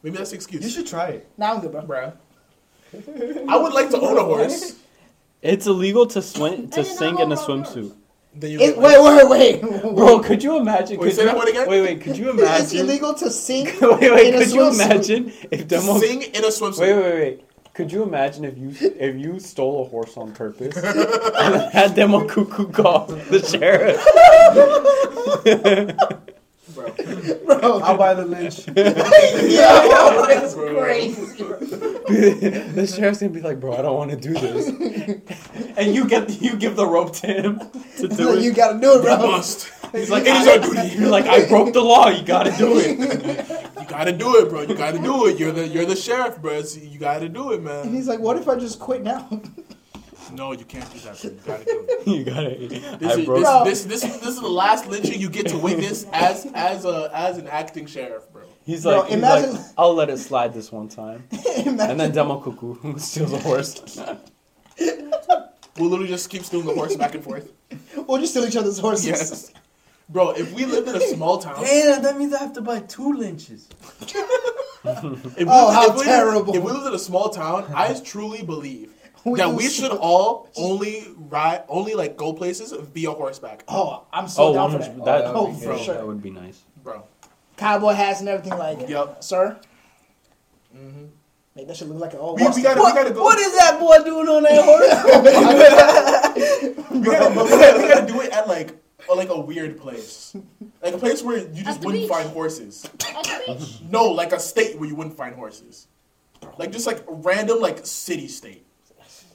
[SPEAKER 3] Maybe that's the
[SPEAKER 8] You
[SPEAKER 3] excuse.
[SPEAKER 8] should try it.
[SPEAKER 7] Now I'm good, bro.
[SPEAKER 3] Bruh. I would like to own a horse.
[SPEAKER 2] It's illegal to swim to
[SPEAKER 5] And then
[SPEAKER 2] sink
[SPEAKER 5] I'm
[SPEAKER 2] in a
[SPEAKER 5] all about
[SPEAKER 2] swimsuit.
[SPEAKER 3] Then you
[SPEAKER 7] It,
[SPEAKER 3] get
[SPEAKER 7] wait, wait, wait.
[SPEAKER 2] Bro, could you imagine?
[SPEAKER 3] Wait,
[SPEAKER 2] could
[SPEAKER 3] say
[SPEAKER 2] you-
[SPEAKER 3] that word again?
[SPEAKER 2] Wait, wait, could you
[SPEAKER 7] It's
[SPEAKER 2] imagine?
[SPEAKER 7] illegal to sing.
[SPEAKER 2] wait, wait,
[SPEAKER 7] in a
[SPEAKER 2] could you
[SPEAKER 7] swimsuit.
[SPEAKER 2] imagine if demo? Wait,
[SPEAKER 3] sing in a swimsuit.
[SPEAKER 2] wait, wait, wait. Could you imagine if you if you stole a horse on purpose and had demo cuckoo call the sheriff?
[SPEAKER 3] Bro.
[SPEAKER 8] I'll buy the lynch.
[SPEAKER 7] Yo, that's
[SPEAKER 3] Bro.
[SPEAKER 7] crazy. bro.
[SPEAKER 2] the sheriff's gonna be like, bro, I don't want to do this. and you get you give the rope to him to do
[SPEAKER 7] you
[SPEAKER 2] it.
[SPEAKER 7] gotta do it,
[SPEAKER 3] You
[SPEAKER 7] bro.
[SPEAKER 3] must. He's like,
[SPEAKER 2] It is our duty. You're like, I broke the law. You gotta do it.
[SPEAKER 3] you gotta do it, bro. You gotta do it. You're the you're the sheriff, bro. So you gotta do it,
[SPEAKER 7] And
[SPEAKER 3] man.
[SPEAKER 7] he's like, what if I just quit now?
[SPEAKER 3] No, you can't do that. Bro. You gotta do it.
[SPEAKER 2] You gotta.
[SPEAKER 3] This,
[SPEAKER 2] I
[SPEAKER 3] is,
[SPEAKER 2] broke.
[SPEAKER 7] Bro.
[SPEAKER 3] this, this, this, this is the last lynching you get to witness as as a as an acting sheriff, bro.
[SPEAKER 2] He's
[SPEAKER 7] Bro,
[SPEAKER 2] like, he's
[SPEAKER 7] imagine-
[SPEAKER 2] like, I'll let it slide this one time.
[SPEAKER 7] Imagine-
[SPEAKER 2] And then Demo Cuckoo steals a horse.
[SPEAKER 3] Who literally just keeps doing the horse back and forth.
[SPEAKER 7] we'll just steal each other's horses.
[SPEAKER 3] Yes, bro. If we lived in a small town,
[SPEAKER 8] Damn, that means I have to buy two lynches.
[SPEAKER 3] If
[SPEAKER 7] Oh, how
[SPEAKER 3] we,
[SPEAKER 7] terrible.
[SPEAKER 3] If we lived in a small town, I truly believe
[SPEAKER 7] We
[SPEAKER 3] that
[SPEAKER 7] would
[SPEAKER 3] we should
[SPEAKER 7] still-
[SPEAKER 3] all only ride, only like go places via horseback,
[SPEAKER 7] Oh, I'm so
[SPEAKER 2] Oh,
[SPEAKER 7] down for
[SPEAKER 2] 100.
[SPEAKER 7] that.
[SPEAKER 2] That,
[SPEAKER 8] Oh,
[SPEAKER 7] Oh,
[SPEAKER 2] that,
[SPEAKER 7] for sure.
[SPEAKER 2] would be nice.
[SPEAKER 3] bro.
[SPEAKER 7] Cowboy hats and everything like,
[SPEAKER 3] Yep.
[SPEAKER 7] sir,
[SPEAKER 3] hmm
[SPEAKER 7] make that shit look like an old
[SPEAKER 3] We, we gotta, we gotta go.
[SPEAKER 6] What is that boy doing on that horse?
[SPEAKER 3] we, gotta, but we, gotta, we gotta do it at like, or like a weird place, like a place where you just
[SPEAKER 1] the
[SPEAKER 3] wouldn't
[SPEAKER 1] beach.
[SPEAKER 3] find horses.
[SPEAKER 1] At the beach.
[SPEAKER 3] No, like a state where you wouldn't find horses, like just like a random like city state.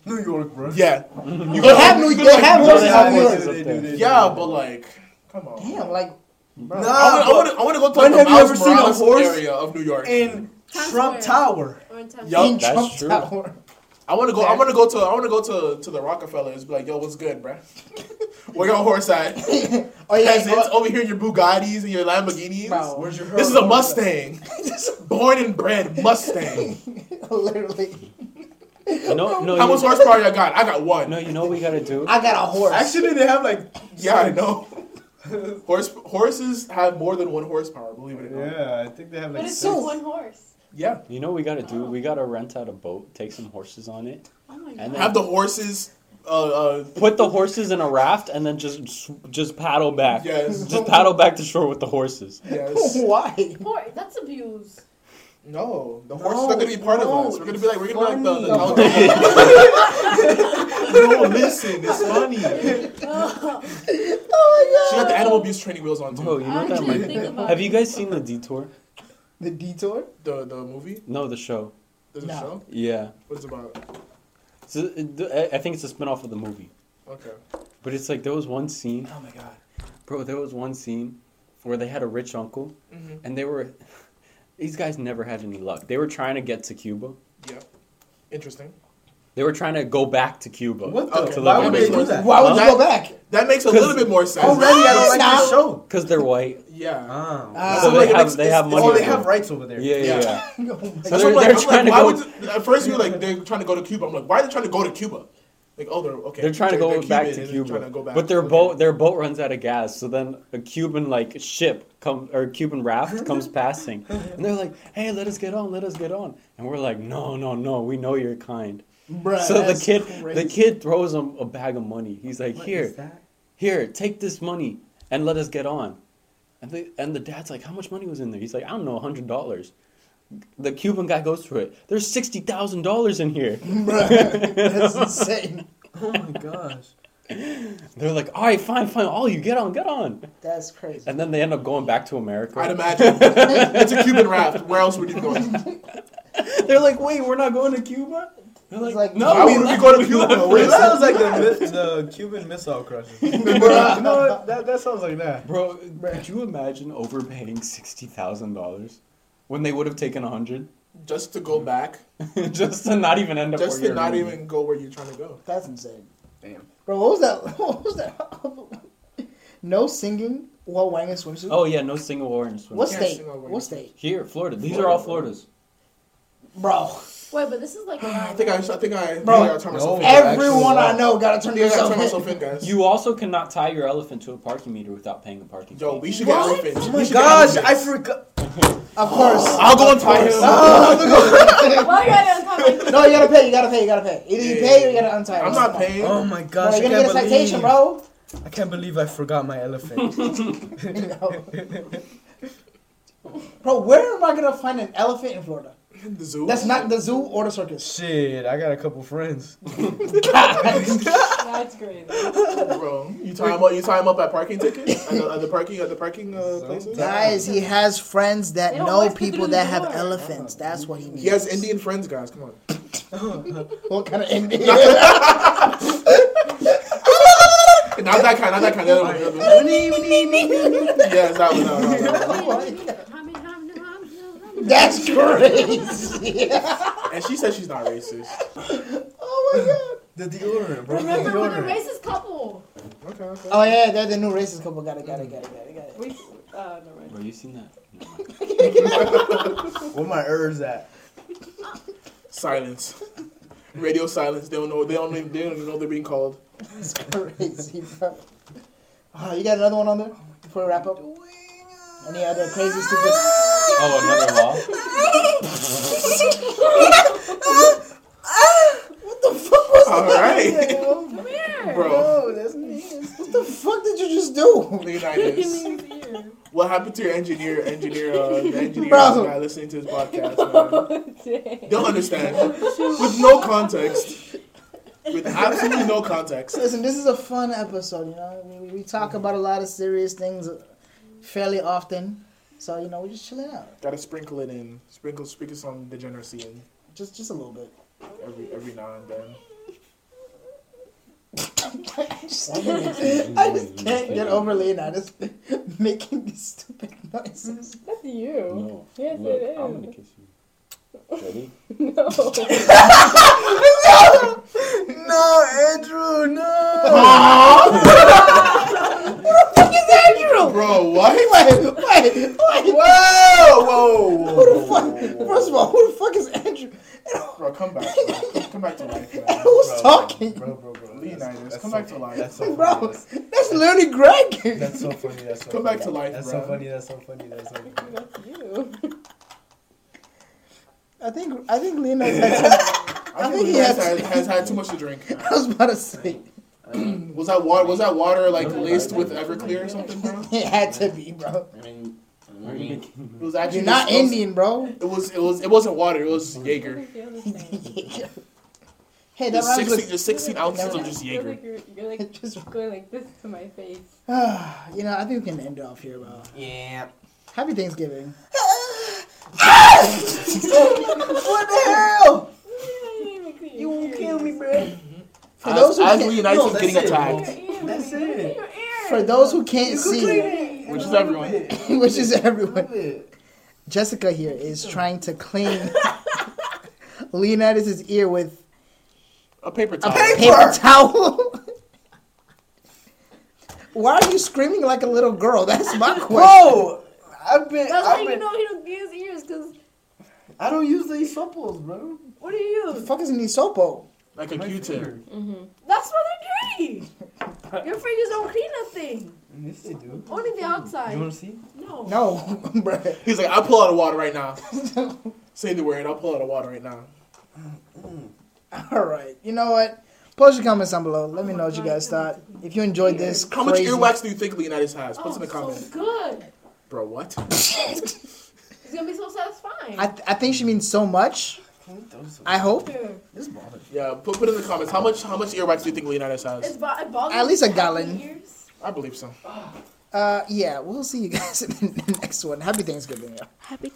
[SPEAKER 8] New York, bro.
[SPEAKER 3] Yeah,
[SPEAKER 7] You they have New, they have
[SPEAKER 2] They
[SPEAKER 7] horses
[SPEAKER 2] have
[SPEAKER 7] out here.
[SPEAKER 2] horses.
[SPEAKER 3] yeah, but like, come on.
[SPEAKER 7] Damn, like,
[SPEAKER 8] Nah,
[SPEAKER 3] I
[SPEAKER 8] Ah, but
[SPEAKER 3] want to I wanna go to
[SPEAKER 8] When
[SPEAKER 3] like the
[SPEAKER 8] have you
[SPEAKER 3] Miles
[SPEAKER 8] ever seen a
[SPEAKER 3] Morales
[SPEAKER 8] horse
[SPEAKER 3] area of New York.
[SPEAKER 8] in
[SPEAKER 5] Times Square.
[SPEAKER 8] Trump Tower.
[SPEAKER 5] Or in Times
[SPEAKER 3] Yup.
[SPEAKER 7] in
[SPEAKER 2] that's
[SPEAKER 7] Trump
[SPEAKER 2] true.
[SPEAKER 7] Tower.
[SPEAKER 3] I want to go. I want to go to. I want to go to to the Rockefellers. Be like, yo, what's good, bruh? Where your horse at?
[SPEAKER 7] Oh yeah,
[SPEAKER 3] Peasants over here, in your Bugattis and your Lamborghinis.
[SPEAKER 7] Bro.
[SPEAKER 8] Where's your
[SPEAKER 3] This is a Mustang, born and bred Mustang.
[SPEAKER 7] literally.
[SPEAKER 2] No, no,
[SPEAKER 3] How
[SPEAKER 2] you,
[SPEAKER 3] much horsepower I got? I got one.
[SPEAKER 2] no, you know what we gotta do?
[SPEAKER 7] I got a horse.
[SPEAKER 8] Actually, they have like
[SPEAKER 3] yeah, I know. Horse horses have more than one horsepower. Believe it or not.
[SPEAKER 8] Yeah, I think they have
[SPEAKER 5] But
[SPEAKER 8] like.
[SPEAKER 5] it's
[SPEAKER 8] six.
[SPEAKER 5] just one horse.
[SPEAKER 3] Yeah.
[SPEAKER 2] You know what we gotta do? We gotta rent out a boat, take some horses on it,
[SPEAKER 5] Oh my god.
[SPEAKER 2] and then
[SPEAKER 3] Have the horses. Uh, uh,
[SPEAKER 2] put the horses in a raft, and then just just paddle back.
[SPEAKER 3] Yes.
[SPEAKER 2] Just paddle back to shore with the horses.
[SPEAKER 3] yes.
[SPEAKER 7] Why?
[SPEAKER 5] Poor, that's abuse.
[SPEAKER 3] No, the
[SPEAKER 8] No,
[SPEAKER 3] horses are gonna be part of
[SPEAKER 8] no,
[SPEAKER 3] us. We're gonna be like we're gonna be like the.
[SPEAKER 8] funny.
[SPEAKER 3] the no, listen, it's funny. She
[SPEAKER 5] Oh,
[SPEAKER 3] got the animal abuse training wheels on too.
[SPEAKER 2] Bro, you know
[SPEAKER 5] I
[SPEAKER 2] what that
[SPEAKER 5] didn't
[SPEAKER 2] might
[SPEAKER 5] think about
[SPEAKER 2] Have you guys seen The Detour?
[SPEAKER 7] The detour?
[SPEAKER 3] The the movie?
[SPEAKER 2] No, the show.
[SPEAKER 3] There's
[SPEAKER 7] No.
[SPEAKER 3] a show?
[SPEAKER 2] Yeah.
[SPEAKER 3] What's it about?
[SPEAKER 2] It's a- it- I think it's a spin off of the movie.
[SPEAKER 3] Okay.
[SPEAKER 2] But it's like there was one scene,
[SPEAKER 8] Oh my god.
[SPEAKER 2] bro, there was one scene where they had a rich uncle,
[SPEAKER 3] Mhm.
[SPEAKER 2] and they were. These guys never had any luck. They were trying to get to Cuba.
[SPEAKER 3] Yeah. Interesting.
[SPEAKER 2] They were trying to go back to Cuba.
[SPEAKER 8] What the?
[SPEAKER 3] Okay,
[SPEAKER 8] Why
[SPEAKER 2] that
[SPEAKER 8] would they
[SPEAKER 2] makes
[SPEAKER 8] do
[SPEAKER 3] sense.
[SPEAKER 8] that?
[SPEAKER 7] Why would you
[SPEAKER 2] Huh?
[SPEAKER 7] go back?
[SPEAKER 3] That makes a
[SPEAKER 2] 'Cause-
[SPEAKER 3] little bit more sense.
[SPEAKER 8] Already, I don't like
[SPEAKER 7] Now-
[SPEAKER 8] this show.
[SPEAKER 2] Because they're white.
[SPEAKER 3] Yeah.
[SPEAKER 7] Ah.
[SPEAKER 2] so
[SPEAKER 7] So
[SPEAKER 2] they
[SPEAKER 3] like, it
[SPEAKER 2] have,
[SPEAKER 3] makes-
[SPEAKER 2] they have
[SPEAKER 3] it's-
[SPEAKER 2] money.
[SPEAKER 8] oh, they
[SPEAKER 2] over
[SPEAKER 8] have
[SPEAKER 2] there.
[SPEAKER 8] rights over there.
[SPEAKER 2] Yeah, yeah,
[SPEAKER 3] Yeah.
[SPEAKER 2] yeah.
[SPEAKER 7] Oh
[SPEAKER 2] So
[SPEAKER 7] my
[SPEAKER 3] That's
[SPEAKER 2] they're,
[SPEAKER 3] what
[SPEAKER 2] they're
[SPEAKER 3] I'm like,
[SPEAKER 2] trying
[SPEAKER 3] I'm like, why
[SPEAKER 2] to go.
[SPEAKER 3] would you- at first you were like they're trying to go to Cuba. I'm like, why are they trying to go to Cuba? Like, oh, they're okay.
[SPEAKER 2] They're trying to go
[SPEAKER 3] Cuban
[SPEAKER 2] back
[SPEAKER 3] and
[SPEAKER 2] to
[SPEAKER 3] they're
[SPEAKER 2] Cuba,
[SPEAKER 3] trying to go back.
[SPEAKER 2] but their
[SPEAKER 3] Okay.
[SPEAKER 2] boat their boat runs out of gas. So then a Cuban like ship come or Cuban raft comes passing, and they're like, "Hey, let us get on, let us get on." And we're like, "No, no, no, we know you're kind."
[SPEAKER 7] Bruh,
[SPEAKER 2] so the
[SPEAKER 7] that's
[SPEAKER 2] kid the
[SPEAKER 7] crazy.
[SPEAKER 2] kid throws him a bag of money. He's like,
[SPEAKER 8] What
[SPEAKER 2] "Here,
[SPEAKER 8] is that?
[SPEAKER 2] here, take this money and let us get on. And the, and the dad's like, how much money was in there? He's like, I don't know, $100. The Cuban guy goes through it. There's $60,000 in here.
[SPEAKER 7] Bruh, that's insane.
[SPEAKER 8] Oh my gosh.
[SPEAKER 2] They're like, all right, fine, fine. All you get on, get on.
[SPEAKER 7] That's crazy.
[SPEAKER 2] And then they end up going back to America.
[SPEAKER 3] I'd imagine it's a Cuban raft. Where else would you go?
[SPEAKER 2] They're like, wait, we're not going to Cuba? They're like,
[SPEAKER 7] It's like,
[SPEAKER 2] no,
[SPEAKER 3] Why
[SPEAKER 2] we
[SPEAKER 3] would we go to Cuba? Where
[SPEAKER 8] Wait,
[SPEAKER 3] is
[SPEAKER 8] that
[SPEAKER 3] it?
[SPEAKER 8] sounds like the, myth- the Cuban Missile Crisis. you know what? That, that sounds like that.
[SPEAKER 2] Bro, could you imagine overpaying $60,000 when they would have taken 100
[SPEAKER 3] Just to go back,
[SPEAKER 2] just to not even end up
[SPEAKER 3] just
[SPEAKER 2] where
[SPEAKER 3] to
[SPEAKER 2] you're
[SPEAKER 3] not
[SPEAKER 2] going.
[SPEAKER 3] even go where you're trying to go.
[SPEAKER 7] That's insane.
[SPEAKER 8] Damn.
[SPEAKER 7] Bro, what was that? What was that? no singing while wearing a swimsuit?
[SPEAKER 2] Oh, yeah, no single orange.
[SPEAKER 7] what
[SPEAKER 3] Yeah,
[SPEAKER 7] state?
[SPEAKER 3] sing while wearing
[SPEAKER 7] What
[SPEAKER 3] a
[SPEAKER 7] state?
[SPEAKER 2] Here, Florida. These are all Floridas.
[SPEAKER 7] Bro,
[SPEAKER 5] Wait, but this is like.
[SPEAKER 3] I think I, I think I, I, think
[SPEAKER 7] Bro,
[SPEAKER 3] I gotta turn myself in.
[SPEAKER 8] no.
[SPEAKER 7] everyone I
[SPEAKER 8] actually,
[SPEAKER 7] know gotta turn
[SPEAKER 3] I think I gotta turn
[SPEAKER 7] yourself
[SPEAKER 3] myself
[SPEAKER 7] in.
[SPEAKER 3] in, guys.
[SPEAKER 2] You also cannot tie your elephant to a parking meter without paying a parking
[SPEAKER 3] Yo,
[SPEAKER 2] fee.
[SPEAKER 3] we should get
[SPEAKER 5] What?
[SPEAKER 3] elephants.
[SPEAKER 8] Oh
[SPEAKER 3] We
[SPEAKER 8] my
[SPEAKER 3] should get
[SPEAKER 8] gosh, I
[SPEAKER 3] elephants.
[SPEAKER 8] forgot.
[SPEAKER 7] Of course.
[SPEAKER 3] I'll go and tie him.
[SPEAKER 5] Why are you on top of
[SPEAKER 7] No, you gotta pay. You gotta pay. You gotta pay. Either you
[SPEAKER 3] Yeah,
[SPEAKER 7] pay
[SPEAKER 3] yeah,
[SPEAKER 7] or you gotta untie.
[SPEAKER 3] I'm
[SPEAKER 7] it.
[SPEAKER 3] not
[SPEAKER 7] Come on.
[SPEAKER 3] paying.
[SPEAKER 8] Oh my
[SPEAKER 7] Bro,
[SPEAKER 8] gosh, I
[SPEAKER 7] you're
[SPEAKER 8] can't
[SPEAKER 7] gonna get a
[SPEAKER 8] believe.
[SPEAKER 7] citation, bro.
[SPEAKER 8] I can't believe I forgot my elephant.
[SPEAKER 7] bro, where am I gonna find an elephant in Florida?
[SPEAKER 3] The zoo.
[SPEAKER 7] That's not the zoo or the circus.
[SPEAKER 8] Shit, I got a couple friends.
[SPEAKER 5] That's crazy.
[SPEAKER 3] bro. You tie him up. You tie him up at parking tickets. At the, at the parking. At the parking uh, places.
[SPEAKER 7] Guys, he has friends that
[SPEAKER 5] They don't
[SPEAKER 7] know
[SPEAKER 5] always go
[SPEAKER 7] people
[SPEAKER 5] through
[SPEAKER 7] that
[SPEAKER 5] the
[SPEAKER 7] have
[SPEAKER 5] door.
[SPEAKER 7] elephants. That's what he needs.
[SPEAKER 3] He has Indian friends, guys. Come on.
[SPEAKER 7] What kind of Indian?
[SPEAKER 3] Not that kind, not that kind. The other one, the other one. Yeah, it's that one. That one, that one, that one.
[SPEAKER 7] That's crazy.
[SPEAKER 3] And she said she's not racist.
[SPEAKER 7] oh
[SPEAKER 8] The deodorant, bro.
[SPEAKER 5] Remember
[SPEAKER 8] the
[SPEAKER 5] we're the
[SPEAKER 8] deodorant.
[SPEAKER 5] racist couple.
[SPEAKER 3] Okay, okay.
[SPEAKER 7] my god. Oh yeah, that the new racist couple. Got it. Got it. Got it. Got it. Got it.
[SPEAKER 5] We. Uh, never mind.
[SPEAKER 2] Bro, you seen that?
[SPEAKER 8] Where my herbs at?
[SPEAKER 3] Silence. Radio silence. They don't know. They don't. Even, they don't even know they're being called.
[SPEAKER 7] That's crazy, bro. Uh, you got another one on there before we wrap up? Any other crazy stupid?
[SPEAKER 2] Oh, another law?
[SPEAKER 5] Ah!
[SPEAKER 7] What the fuck was
[SPEAKER 3] All
[SPEAKER 7] that?
[SPEAKER 3] right.
[SPEAKER 7] Come
[SPEAKER 3] Bro,
[SPEAKER 7] that's What the fuck did you just do?
[SPEAKER 3] look at this. What happened to your engineer? Engineer, uh, the engineer
[SPEAKER 7] Bro.
[SPEAKER 3] guy listening to this podcast. Man.
[SPEAKER 5] Dang.
[SPEAKER 3] Don't understand. With no context. With absolutely no context.
[SPEAKER 7] Listen, this is a fun episode. You know, we, we talk
[SPEAKER 5] Mm-hmm.
[SPEAKER 7] about a lot of serious things uh, fairly often, so you know we're just chilling out,
[SPEAKER 3] Gotta sprinkle it in. Sprinkle, sprinkle some degeneracy in
[SPEAKER 7] just just a little bit.
[SPEAKER 3] every every now and then.
[SPEAKER 7] I just can't get over Leonidas making these stupid noises.
[SPEAKER 5] That's you.
[SPEAKER 2] No.
[SPEAKER 5] Yes,
[SPEAKER 2] Look,
[SPEAKER 5] it
[SPEAKER 2] I'm gonna
[SPEAKER 5] is.
[SPEAKER 2] kiss you. Ready?
[SPEAKER 5] No.
[SPEAKER 6] No, Andrew, no.
[SPEAKER 7] Andrew,
[SPEAKER 3] Bro, what?
[SPEAKER 7] wait, wait, wait.
[SPEAKER 3] Whoa, whoa, whoa,
[SPEAKER 7] Who
[SPEAKER 3] whoa,
[SPEAKER 7] the
[SPEAKER 3] whoa,
[SPEAKER 7] fuck?
[SPEAKER 3] whoa.
[SPEAKER 7] First of all, who the fuck is Andrew?
[SPEAKER 3] Bro, come back. Bro. Come back to life, man.
[SPEAKER 7] Who's talking?
[SPEAKER 8] Bro, bro, bro.
[SPEAKER 3] Leonidas,
[SPEAKER 8] That's- that's
[SPEAKER 3] come
[SPEAKER 8] so
[SPEAKER 3] back to
[SPEAKER 8] funny.
[SPEAKER 3] life.
[SPEAKER 8] That's so
[SPEAKER 7] Bro.
[SPEAKER 8] funny. That's-
[SPEAKER 7] That's literally Greg.
[SPEAKER 8] That's so funny. That's so
[SPEAKER 3] Come
[SPEAKER 8] funny.
[SPEAKER 3] back to life,
[SPEAKER 8] That's
[SPEAKER 3] bro.
[SPEAKER 8] so funny. That's so funny. That's so funny.
[SPEAKER 5] That's you.
[SPEAKER 7] I think I think Leonidas had
[SPEAKER 3] I think he has, had, has had too much to drink.
[SPEAKER 7] I was about to say
[SPEAKER 3] Was that water? Was that water like laced with Everclear or something, bro?
[SPEAKER 7] it had to be, bro.
[SPEAKER 3] It was actually
[SPEAKER 7] You're not
[SPEAKER 3] just-
[SPEAKER 7] Indian, bro.
[SPEAKER 3] It was. It was. It wasn't water. It was Jaeger.
[SPEAKER 7] hey, that
[SPEAKER 3] There's
[SPEAKER 7] reminds
[SPEAKER 3] sixteen.
[SPEAKER 7] me.
[SPEAKER 3] There's sixteen ounces of just
[SPEAKER 5] You're
[SPEAKER 3] Jaeger.
[SPEAKER 5] like, you're, you're like
[SPEAKER 7] Just,
[SPEAKER 5] going like this to my face.
[SPEAKER 7] ah, you know, I think we can end it off here, bro.
[SPEAKER 6] Yeah.
[SPEAKER 7] Happy Thanksgiving.
[SPEAKER 6] What the hell?
[SPEAKER 5] You won't kill me, bro.
[SPEAKER 7] For
[SPEAKER 3] As,
[SPEAKER 7] those who
[SPEAKER 3] as
[SPEAKER 7] can't-
[SPEAKER 3] Leonidas
[SPEAKER 8] No,
[SPEAKER 3] is
[SPEAKER 8] that's
[SPEAKER 3] getting
[SPEAKER 8] it, bro.
[SPEAKER 3] attacked,
[SPEAKER 8] That's it.
[SPEAKER 7] For those who can't see,
[SPEAKER 8] it.
[SPEAKER 3] Which is
[SPEAKER 8] A little
[SPEAKER 3] everyone.
[SPEAKER 8] bit. A
[SPEAKER 7] which is
[SPEAKER 8] little
[SPEAKER 7] everyone,
[SPEAKER 8] bit.
[SPEAKER 7] Jessica here is trying to clean Leonidas's ear with
[SPEAKER 3] a paper
[SPEAKER 7] a
[SPEAKER 3] towel.
[SPEAKER 7] paper towel. Why are you screaming like a little girl? That's my question.
[SPEAKER 6] Bro, Oh! I've been.
[SPEAKER 5] That's how
[SPEAKER 6] I've
[SPEAKER 5] you
[SPEAKER 6] been
[SPEAKER 5] know he don't get his ears, cause
[SPEAKER 6] I don't use these supples, bro.
[SPEAKER 5] what do
[SPEAKER 7] What the
[SPEAKER 5] you?
[SPEAKER 7] fuck is Nisopo?
[SPEAKER 3] like a
[SPEAKER 8] My
[SPEAKER 3] Q-tip.
[SPEAKER 8] finger.
[SPEAKER 5] That's why they're dirty. Your fingers don't clean nothing.
[SPEAKER 8] Yes, they do.
[SPEAKER 5] Only the
[SPEAKER 8] You
[SPEAKER 5] outside.
[SPEAKER 8] want to see?
[SPEAKER 5] No.
[SPEAKER 7] No, bruh.
[SPEAKER 3] He's like, I'll pull out of water right now. Say the word. I'll pull out of water right now.
[SPEAKER 7] All right. You know what? Post your comments down below. Let me know what you guys thought. If you enjoyed this,
[SPEAKER 3] How much
[SPEAKER 7] crazy,
[SPEAKER 3] earwax do you think Leonidas has? Put
[SPEAKER 5] Oh,
[SPEAKER 3] it in the
[SPEAKER 5] so
[SPEAKER 3] comments,
[SPEAKER 5] good.
[SPEAKER 3] bro. What?
[SPEAKER 5] It's gonna be so satisfying.
[SPEAKER 7] I, th- I think she means so much.
[SPEAKER 8] Can we throw some?
[SPEAKER 7] I hope.
[SPEAKER 5] Dude,
[SPEAKER 8] This bothers me.
[SPEAKER 3] Yeah, put put in the comments. How much how much earwax do you think Leonidas
[SPEAKER 5] it's
[SPEAKER 3] has?
[SPEAKER 5] bo- it bothers
[SPEAKER 7] At least a
[SPEAKER 5] me having
[SPEAKER 7] gallon.
[SPEAKER 5] ears.
[SPEAKER 3] I believe so.
[SPEAKER 7] Uh, yeah. We'll see you guys in the next one. Happy Thanksgiving. y'all.